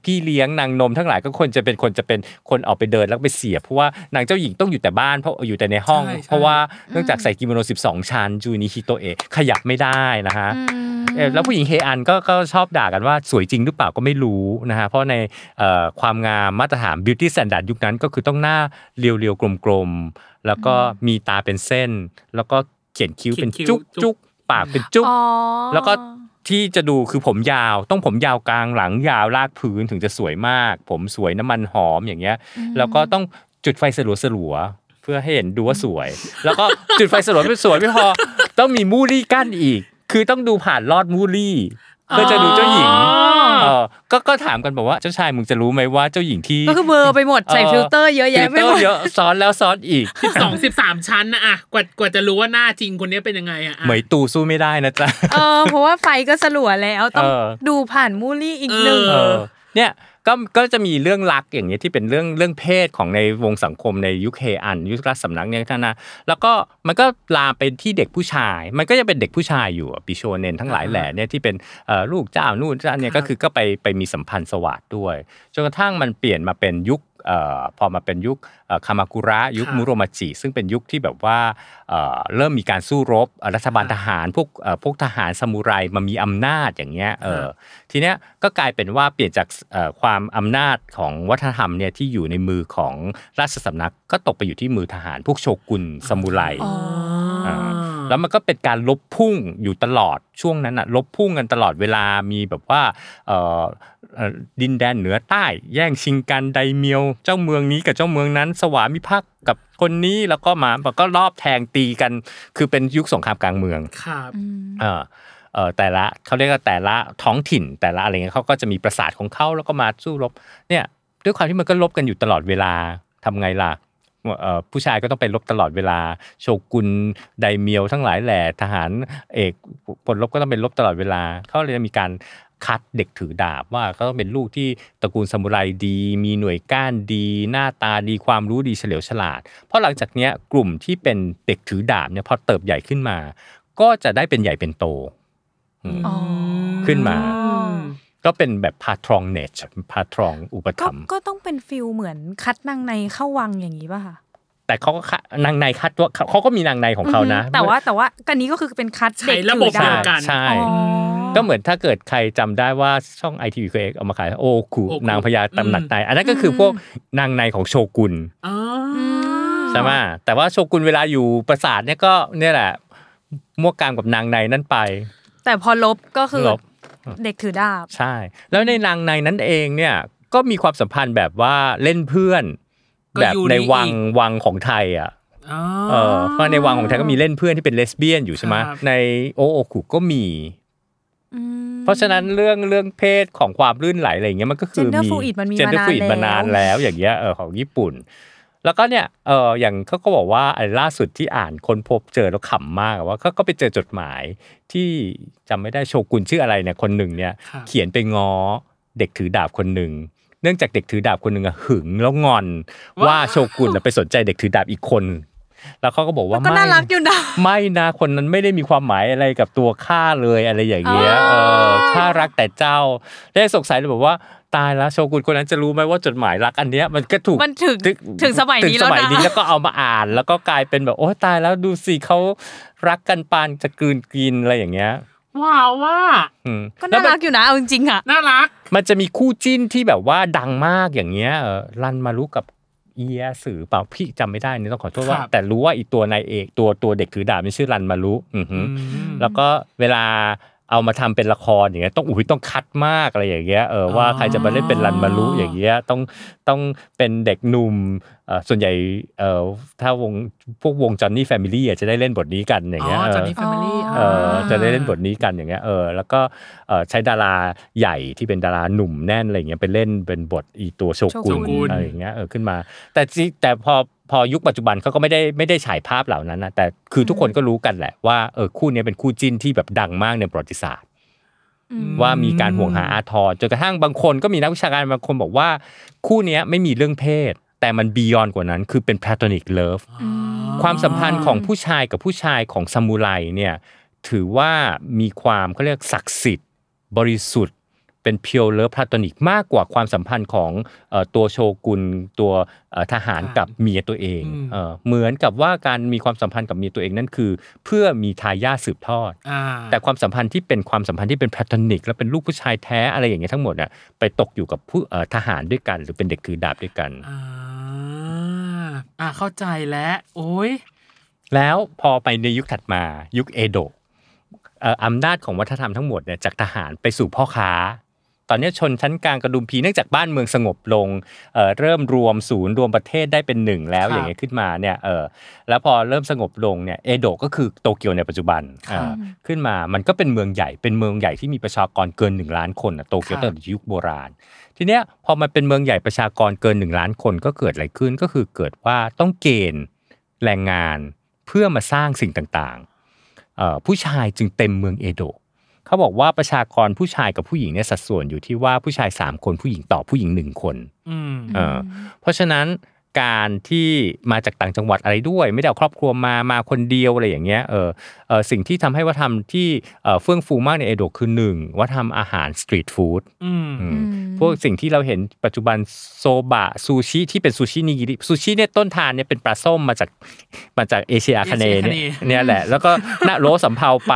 พี่เลี้ยงนางนมทั้งหลายก็ควรจะเป็นคนจะเป็นคนออกไปเดินแล้วก็ไปเสียบเพราะว่านางเจ้าหญิงต้องอยู่แต่บ้านเพราะอยู่แต่ในห้อง ใช่ใช่ เพราะว่าเนื่องจากใส่กิโมโน 12 ชั้นจูนิฮิโตเอะขยับไม่ได้นะฮะเอ่อแล้วผู้หญิงเฮอันก็ก็ชอบด่ากันว่าสวยจริงหรือเปล่าก็ไม่รู้นะฮะเพราะในเอ่อความงามมาตรฐาน beauty standard ยุคนั้นก็คือต้องหน้าเรียวๆกลมๆแล้วก็มีตาเป็นเส้น แล้วก็เขียนคิ้วเป็น เขียนคิ้ว จุก จุ๊ จุ ก กปากเป็นจุก อ๋อ แล้วก็ที่จะดูคือผมยาวต้องผมยาวกลางหลังยาวลากพื้นถึงจะสวยมาก ผมสวยน้ำมันหอมอย่างเงี้ย แล้วก็ต้องจุดไฟสลัวสลัวๆ พื่อให้เห็นดูว่าสวย แล้วก็จุดไฟสลวยไม่สวยไม่พอ ต้องมีมูรี่กั้นอีก คือต้องดูผ่านลอดมูรี่เพื่อจะดูเจ้าหญิง อ๋อ เออก็ก็ถามกันบอกว่าเจ้าชายมึงจะรู้ไหมว่าเจ้าหญิงที่ ก็คือเบลอร์ไปหมดใส่ เออ ฟิลเตอร์เยอะ ฟิ แยะ ล ไป เตอ หมด ร์เยอะซ้อนแล้วซ้อน อีก สิบสองสิบสามชั้นนะอะกว่ากว่าจะรู้ว่าหน้าจริงคนเนี้ยเป็นยังไงอะอะ เหมยตูสู้ไม่ได้นะจ๊ะ เออเพราะว่าไฟก็สลัวแล้วต้อง เออ ดูผ่านมูลี่อีกหนึ่ง เอ เออเนี่ยก็ก็จะมีเรื่องรักอย่างเงี้ยที่เป็นเรื่องเรื่องเพศของในวงสังคมในยุคเฮอัน ยุคราชสำนักเนี่ยท่านนะแล้วก็มันก็ลามเป็นที่เด็กผู้ชาย มันก็ยังเป็นเด็กผู้ชายอยู่อะปิโชเนนทั้งหลายแหล่เนี่ยที่เป็นเอ่อลูกเจ้านู่นเจ้าเนี่ยก็คือก็ไปไปมีสัมพันธ์สวัสดด้วยจนกระทั่งมันเปลี่ยนมาเป็นยุคเอ่อพอมาเป็นยุคเอ่อคามากุระยุค ค่ะ มุโรมาจิซึ่งเป็นยุคที่แบบว่าเอ่อเริ่มมีการสู้รบเอ่อรัฐบาลทหารพวกเอ่อพวกทหารซามูไรมามีอำนาจอย่างเงี้ยเออ ทีเนี้ยก็กลายเป็นว่าเปลี่ยนจากเอ่อความอำนาจของวัฒนธรรมเนี่ยที่อยู่ในมือของราชสำนักก็ตกไปอยู่ที่มือทหารพวกโชกุนซามูไร อ๋อ อ่า แล้วมันก็เป็นการลบพุ่งอยู่ตลอดช่วงนั้นอะลบพุ่งกันตลอดเวลามีแบบว่าเอ่อเอ่อดินแดนเหนือใต้ แย่งชิงกันไดเมียว เจ้าเมืองนี้กับเจ้าเมืองนั้น สวามิภักดิ์กับคนนี้แล้วก็มามันก็รอบแทงตีกัน คือเป็นยุคสงครามกลางเมือง ครับ เออเออแต่ละเขาเรียกว่าแต่ละท้องถิ่นแต่ละอะไรเงี้ยเขาก็จะมีประสาทของเขาแล้วก็มาสู้รบเนี่ยด้วยความที่มันก็ลบกันอยู่ตลอดเวลาทำไงล่ะเอ่อผู้ชายก็ต้องไปลบตลอดเวลา โชกุนไดเมียวทั้งหลายแหล่ทหารเอกผลรบก็ต้องเป็นลบตลอดเวลาเขาเลยมีการคัดเด็กถือดาบว่าก็ต้องเป็นลูกที่ตระกูลซามูไรดี มีหน่วยก้านดี หน้าตาดีความรู้ดีเฉลียวฉลาด เพราะหลังจากเนี้ยกลุ่มที่เป็นเด็กถือดาบเนี่ยพอเติบใหญ่ขึ้นมา ก็จะได้เป็นใหญ่เป็นโตอืม อ๋อ ขึ้นมา ก็เป็นแบบพาทรองเนชพาทรองอุป ก็ ถัมภ์ ก็ต้องเป็นฟิลเหมือนคัดนางในเข้าวังอย่างนี้ป่ะคะ แต่เขาก็คะนางในคัดว่าเขาเขาก็มีนางในของเขานะ อืมแต่ว่าแต่ว่ากันนี้ก็คือเป็นคัดเด็ก ใช้ระบบ ถือดา เดียวกัน ใช่ อ๋อ ก็เหมือนถ้าเกิดใครจำได้ว่าช่องไอทีวีเคเอามาขายโอคุ โอคุ นางพญาตำหนักในอันนั้นก็คืออ ม พวกนางในของโชกุน อ๋อ ใช่ไหมแต่ว่าโชกุนเวลาอยู่ปราสาทเนี่ยก็เนี่ยแหละมั่วกามกับนางในนั่นไป แต่พอลบก็คือ หลบ เด็กถือดาบ ใช่ แล้วในนางในนั้นเองเนี่ยก็มีความสัมพันธ์แบบว่าเล่นเพื่อน ก็ แบบ อยู่ ใน ในอีก วังวังของไทยอ่ะ อ๋อ เออเพราะในวังของไทยก็มีเล่นเพื่อนที่เป็นเลสเบี้ยนอยู่ใช่ไหม ครับ ในโอโอคุก็มี อืม เพราะฉะนั้นเรื่องเรื่องเพศของความลื่นไหลอะไรอย่างเงี้ยมันก็คือ Gender มี fluid มันมีมานาน Gender fluid แล้ว มานานแล้วอย่างเงี้ยเออของญี่ปุ่น แล้วก็เนี่ยเอออย่างเขาก็บอกว่าไอ้ล่าสุดที่อ่านคนพบเจอแล้วขำมากอะว่าเขาก็ไปเจอจดหมายที่จำไม่ได้โชกุนชื่ออะไรเนี่ยคนหนึ่งเนี่ย ครับ เขียนไปง้อเด็กถือดาบคนหนึ่งเนื่องจากเด็กถือดาบคนหนึ่งอะหึงแล้วงอน ว่าโชกุนอะไปสนใจเด็กถือดาบอีกคน แล้วเขาก็บอกว่า ก็น่า ไม่ รักอยู่นะ ไม่นะคนนั้นไม่ได้มีความหมายอะไรกับตัวข้าเลยอะไรอย่างเงี้ย อ๋อ เออข้ารักแต่เจ้า ได้สงสัยเลยบอกว่าตายแล้วโชกุนคนนั้นจะรู้ไหมว่าจดหมายรักอันเนี้ยมันก็ถูก มันถึงถึงสมัย ถึง นี้ ส แล้ว มัย นะ นี้แล้วก็เอามาอ่าน แล้วก็กลายเป็นแบบโอ้ตายแล้วดูสิเขารักกันปานจะกลืนกินอะไรอย่างเงี้ย ว้าวว่า อืม ก็ แล้ว น่า มั รั น กอยู่นะเอาจริงๆอ่ะ น่ารัก มันจะมีคู่จิ้นที่แบบว่าดังมากอย่างเงี้ยเออรันมารู้กับเอียสือเปล่าพี่จำไม่ได้นี่ต้องขอโทษว่า ครับ แต่รู้ว่าอีตัวนายเอกตัวตัวเด็กถือดาบนี่ชื่อรันมารู้อือหือ แล้วก็เวลาเอามาทำเป็นละครอย่างเงี้ยต้องอุ้ยต้องคัดมากอะไรอย่างเงี้ยเออว่าใครจะมาเล่นเป็นรันมารุอย่างเงี้ยต้องต้องเป็นเด็กหนุ่มเอ่อส่วนใหญ่เอ่อถ้าวงพวกวงจอนนี่แฟมิลี่จะได้เล่นบทนี้กันอย่างเงี้ย จ เอ อน อ นี่แฟมิลี่ อ๋อ เออจะได้เล่นบทนี้กันอย่างเงี้ยเออแล้วก็เอ่อใช้ดาราใหญ่ที่เป็นดาราหนุ่มแน่นอะไรอย่างเงี้ยไปเล่นเป็นบทอีตัวโชกุน โชกุน อะไรอย่างเงี้ยเออขึ้นมา แต่จริงแต่พอพอยุคปัจจุบันเขาก็ไม่ได้ไม่ได้ฉายภาพเหล่านั้นนะแต่คือทุกคนก็รู้กันแหละว่าเออคู่เนี้ยเป็นคู่จิ้นที่แบบดังมากในประวัติศาสตร์ อืม ว่ามีการห่วงหาอาทรจนกระทั่งบางคนก็มีนักวิชาการบางคนบอกว่า คู่เนี้ยไม่มีเรื่องเพศ แต่มันบียอนกว่านั้น คือเป็น platonic love ความสัมพันธ์ของผู้ชายกับผู้ชายของซามูไรเนี่ยถือว่ามีความเขาเรียกศักดิ์สิทธิ์ บริสุทธิ์ เป็นเพียวเลิฟพลาตนิกมากกว่าความสัมพันธ์ของเอ่อตัวโชกุนตัวเอ่อทหารกับเมียตัวเอง อืม เอ่อเหมือนกับว่าการมีความสัมพันธ์กับเมียตัวเองนั่นคือ เพื่อมีทายาทสืบทอด อ่า แต่ความสัมพันธ์ที่เป็นความสัมพันธ์ที่เป็นพลาตนิก และเป็นลูกผู้ชายแท้อะไรอย่างเงี้ยทั้งหมดน่ะไปตกอยู่กับผู้เอ่อทหารด้วยกัน หรือเป็นเด็กถือดาบด้วยกัน อ่าอ่าเข้าใจแล้วโอ้ย แล้วพอไปในยุคถัดมายุคเอโดะเอ่ออำนาจของวัฒนธรรมทั้งหมดเนี่ยจากทหารไปสู่พ่อค้า ตอนเนี้ยชนชั้นกลางกระดุมพีเนื่องจากบ้านเมืองสงบลงเอ่อเริ่มรวมศูนย์รวมประเทศได้เป็นหนึ่งแล้ว ครับ อย่างเงี้ยขึ้นมาเนี่ยเออแล้วพอเริ่มสงบลงเนี่ยเอโดะก็คือโตเกียวในปัจจุบันอ่าขึ้นมามันก็เป็นเมืองใหญ่เป็นเมืองใหญ่ที่มีประชากรเกินหนึ่งล้านคนนะโตเกียวตั้งแต่ยุคโบราณ ทีเนี้ยพอมันเป็นเมืองใหญ่ประชากรเกิน 1 ล้านคนก็เกิดอะไรขึ้นก็คือเกิดว่าต้องเกณฑ์แรงงานเพื่อมาสร้างสิ่งต่างๆเอ่อผู้ชายจึงเต็มเมืองเอโดะเขาบอกว่าประชากรผู้ชายกับผู้หญิงเนี่ยสัดส่วนอยู่ที่ว่าผู้ชาย 3 คนผู้หญิงต่อผู้หญิง 1 คน อืม เออเพราะฉะนั้นการที่มาจากต่างจังหวัดอะไรด้วย ไม่ได้เอาครอบครัวมามาคนเดียวอะไรอย่างเงี้ยเออเออสิ่งที่ทำให้วัฒนธรรมที่เอ่อเฟื่องฟูมากในเอโดะคือหนึ่งวัฒนธรรมอาหารสตรีทฟู้ด อืม อืม อืม พวกสิ่งที่เราเห็นปัจจุบันโซบะซูชิที่เป็นซูชินิกิริซูชิเนี่ยต้นทานเนี่ยเป็นปลาส้มมาจากมาจากเอเชียอาคาเนย์เนี่ย เอเชียอาคาเนย์ เนี่ยแหละ แล้วก็หน้าโรสสำเภาไป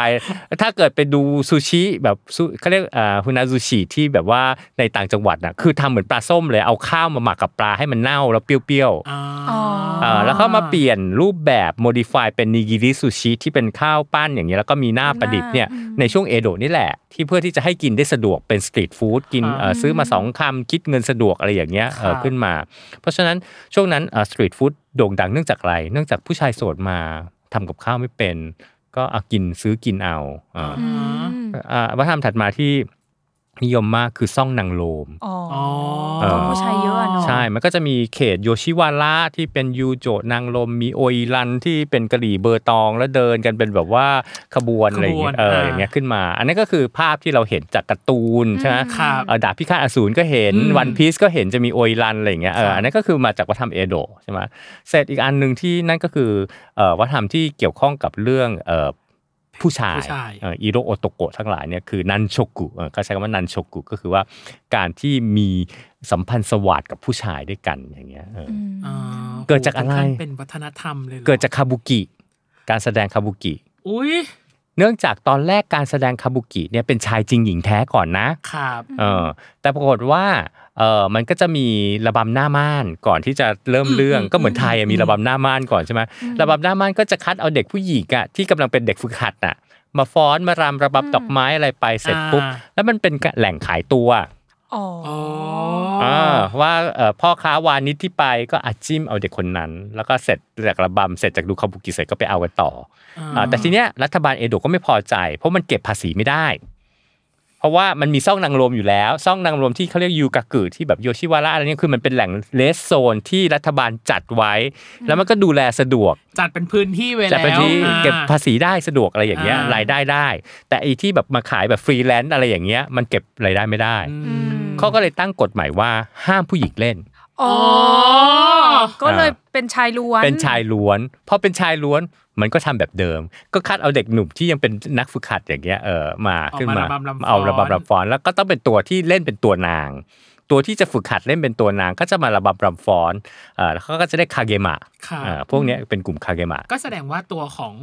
ถ้าเกิดไปดูซูชิแบบซูเขาเรียกอ่าฮุนาซูชิที่แบบว่าในต่างจังหวัดน่ะคือทำเหมือนปลาส้มเลยเอาข้าวมาหมักกับปลาให้มันเน่าแล้วเปรี้ยวๆ อ่า อ่ เอ่อแล้วก็มาเปลี่ยนรูปแบบ modify เป็นนิกิริซูชิที่เป็นข้าวปั้นอย่างนี้ยแล้วก็มีหน้าประดิษฐ์เนี่ย อืม ในช่วงเอโดะนี่แหละ ที่เพื่อที่จะให้กินได้สะดวกเป็นสตรีทฟู้ดกิน ครับ เอ่อซื้อมาสองคำคิดเงินสะดวกอะไรอย่างเงี้ยเอ่คอรับ ขึ้นมา เพราะฉะนั้นช่วงนั้นสตรีทฟู้ดโด่งดังเนื่องจากอะไร เนื่องจากผู้ชายโสดมาทำกับข้าวไม่เป็น ก็เอากินซื้อกินเอาอ่า อืม อ่าวัฒนธรรมถัดมาที่นิยมมากคือซ่องนางโลม อ๋ออ อ ก็ผู้ชายเยอะอะเนาะ ใช่ มันก็จะมีเขตโยชิวาระที่เป็นยูโจะนางลม มีโออิรันที่เป็นกะหรี่เบอร์ตองแล้วเดินกันเป็นแบบว่าขบวนอะไรอย่างเงี้ย ขบวน เออ อ่า อย่างเงี้ยขึ้นมา อันนั้นก็คือภาพที่เราเห็นจากการ์ตูนใช่ไหม อืม ครับ เออดาบพิฆาตอสูรก็เห็น อืม วันพีซก็เห็นจะมีโออิรันอะไรอย่างเงี้ย เอ ครั อ บ อันนั้นก็คือมาจากวัฒนธรรมเอโดะใช่ไหมเสร็จอีกอันหนึ่งที่นั่นก็คือเอ่อวัฒนธรรมที่เกี่ยวข้องกับเรื่องเอ่อผู้ชาย ผู้ชาย เอ่ออิโรโอโตโกะทั้งหลายเนี่ยคือนันโชกุเอ่อเขาใช้คำว่านันโชกุก็คือว่าการที่มีสัมพันธ์สวัสดกับผู้ชายด้วยกันอย่างเงี้ยเอออ อ่า เกิดจากอะไร โโหค่นข้งเป็นวัฒนธรรมเลยหรอ เกิดจากคาบุกิการแสดงคาบุกิ อุ้ย เนื่องจากตอนแรกการแสดงคาบุกิเนี่ยเป็นชายจริงหญิงแท้ก่อนนะ ครับ เออแต่ปรากฏว่าเออมันก็จะมีระบำหน้าม่านก่อนที่จะเริ่ม อืม เรื่อง อืม ก็เหมือนไทยอะ อืม มีระบำหน้าม่านก่อนใช่ไหมระบำหน้าม่านก็จะคัดเอาเด็กผู้หญิงอะที่กำลังเป็นเด็กฝึกหัดน่ะมาฟ้อนมารำระบำดอกไม้อะไรไปเสร็จปุ๊บแล้วมันเป็นแหล่งขายตัว อ๋อ อ๋อ อ่าว่าเอ่อพ่อค้าวานิชที่ไปก็อาจิ้มเอาเด็กคนนั้น แล้วก็เสร็จจากระบำเสร็จจากดูคาบุกิเสร็จก็ไปเอากันต่อ อ่า อาแต่ทีเนี้ยรัฐบาลเอโดะก็ไม่พอใจ เพราะมันเก็บภาษีไม่ได้ เพราะว่ามันมีซ่องนางรมอยู่แล้วซ่องนางรมที่เขาเรียกยูกากุที่แบบโยชิวาระอะไรเนี่ยคือมันเป็นแหล่งเลสโซนที่รัฐบาลจัดไว้ แล้วมันก็ดูแลสะดวก จัดเป็นพื้นที่ไว้แล้ว แต่เป็นที่ อ่า เก็บภาษีได้สะดวกอะไรอย่างเงี้ย อ่าร รายได้ได้ แต่ไอีที่แบบมาขายแบบฟรีแลนซ์อะไรอย่างเงี้ยมันเก็บรายได้ไม่ได้ อืม เขาก็เลยตั้งกฎหมายว่าห้ามผู้หญิงเล่น อ๋อ อ ก็เลยเป็นชายล้วน เป็นชายล้วนพอเป็นชายล้วนมันก็ทำแบบเดิม ก็คัดเอาเด็กหนุ่มที่ยังเป็นนักฝึกหัดอย่างเงี้ยเออมา เอา ขึ้น มา มา ระบำรำฟ้อน เอาระบำรำฟ้อนแล้วก็ต้องเป็นตัวที่เล่นเป็นตัวนาง ตัวที่จะฝึกหัดเล่นเป็นตัวนางก็จะมาระบำรำฟ้อนเออแล้วเขาก็จะได้คาเกมะ ค่ะ เออพวกเนี้ยเป็นกลุ่มคาเกมะ ก็แสดงว่าตัวของ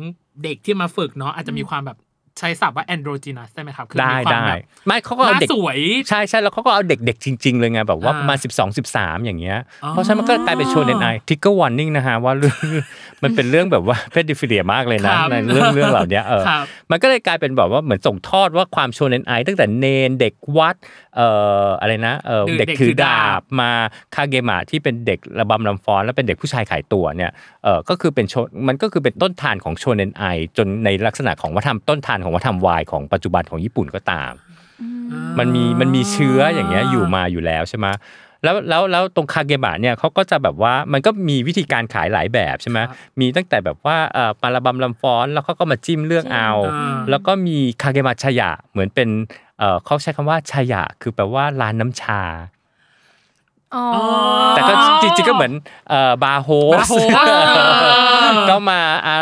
เด็กที่มาฝึกเนาะอาจจะมีความแบบใช้ศัพท์ว่า androgynous ได้ไหมครับ คือ ได้ มีความ ได้ แบบ ไม่เขาก็ ห เอา น้า เด็ก สวย ใช่ใช่แล้วเขาก็เอาเด็กๆจริง ๆ เลยไงแบบว่า อ่า ประมาณ 12 13 อย่างเงี้ย อ๋อ เพราะฉะนั้นมันก็กลายเป็นโชว์เน็ตไอทิกเกอร์วอร์นิ่งนะฮะว่าเรื่อง มันเป็นเรื่องแบบว่าเพ ศดิฟิเลียมากเลยนะครับ ในเรื่องเรื่องเหล่าเนี้ยเออ ครับ มันก็เลยกลายเป็นแบบว่าเหมือนส่งทอดว่าความโชว์เน็ตไอตั้งแต่เนนเด็กวัดเอ่ออะไรนะเอ่อ เด็กเด็ก ถื ถื อ อดา ดาบ บมาคาเกมะที่เป็นเด็กระบำลำฟ้อนแล้วเป็นเด็กผู้ชายขายตัวเนี่ยเออก็คือเป็นโชว์มันก็คือเป็นต้นทานของโชว์เน็ตไอจนในลักษณะของวัฒนธรรมต้นทานของวัฒนธรรมวายของปัจจุบันของญี่ปุ่นก็ตาม มันมีมันมีเชื้ออย่างเงี้ยอยู่มาอยู่แล้วใช่ไหมแล้วแล้วแล้วตรงคาเกบะเนี่ยเขาก็จะแบบว่ามันก็มีวิธีการขายหลายแบบใช่ไหม ครับ มีตั้งแต่แบบว่าเอ่อปลาระบำลำฟ้อนแล้วเขาก็มาจิ้มเลือกเอา อ่า แล้วก็มีคาเกบะชายะเหมือนเป็นเอ่อเขาใช้คำว่าชายะคือแปลว่าร้านน้ำชา อ๋อ แต่ก็ อ๋อ จริงๆก็เหมือนเอ่อบาร์โฮ มา ส โหว่า ก็มาอ่า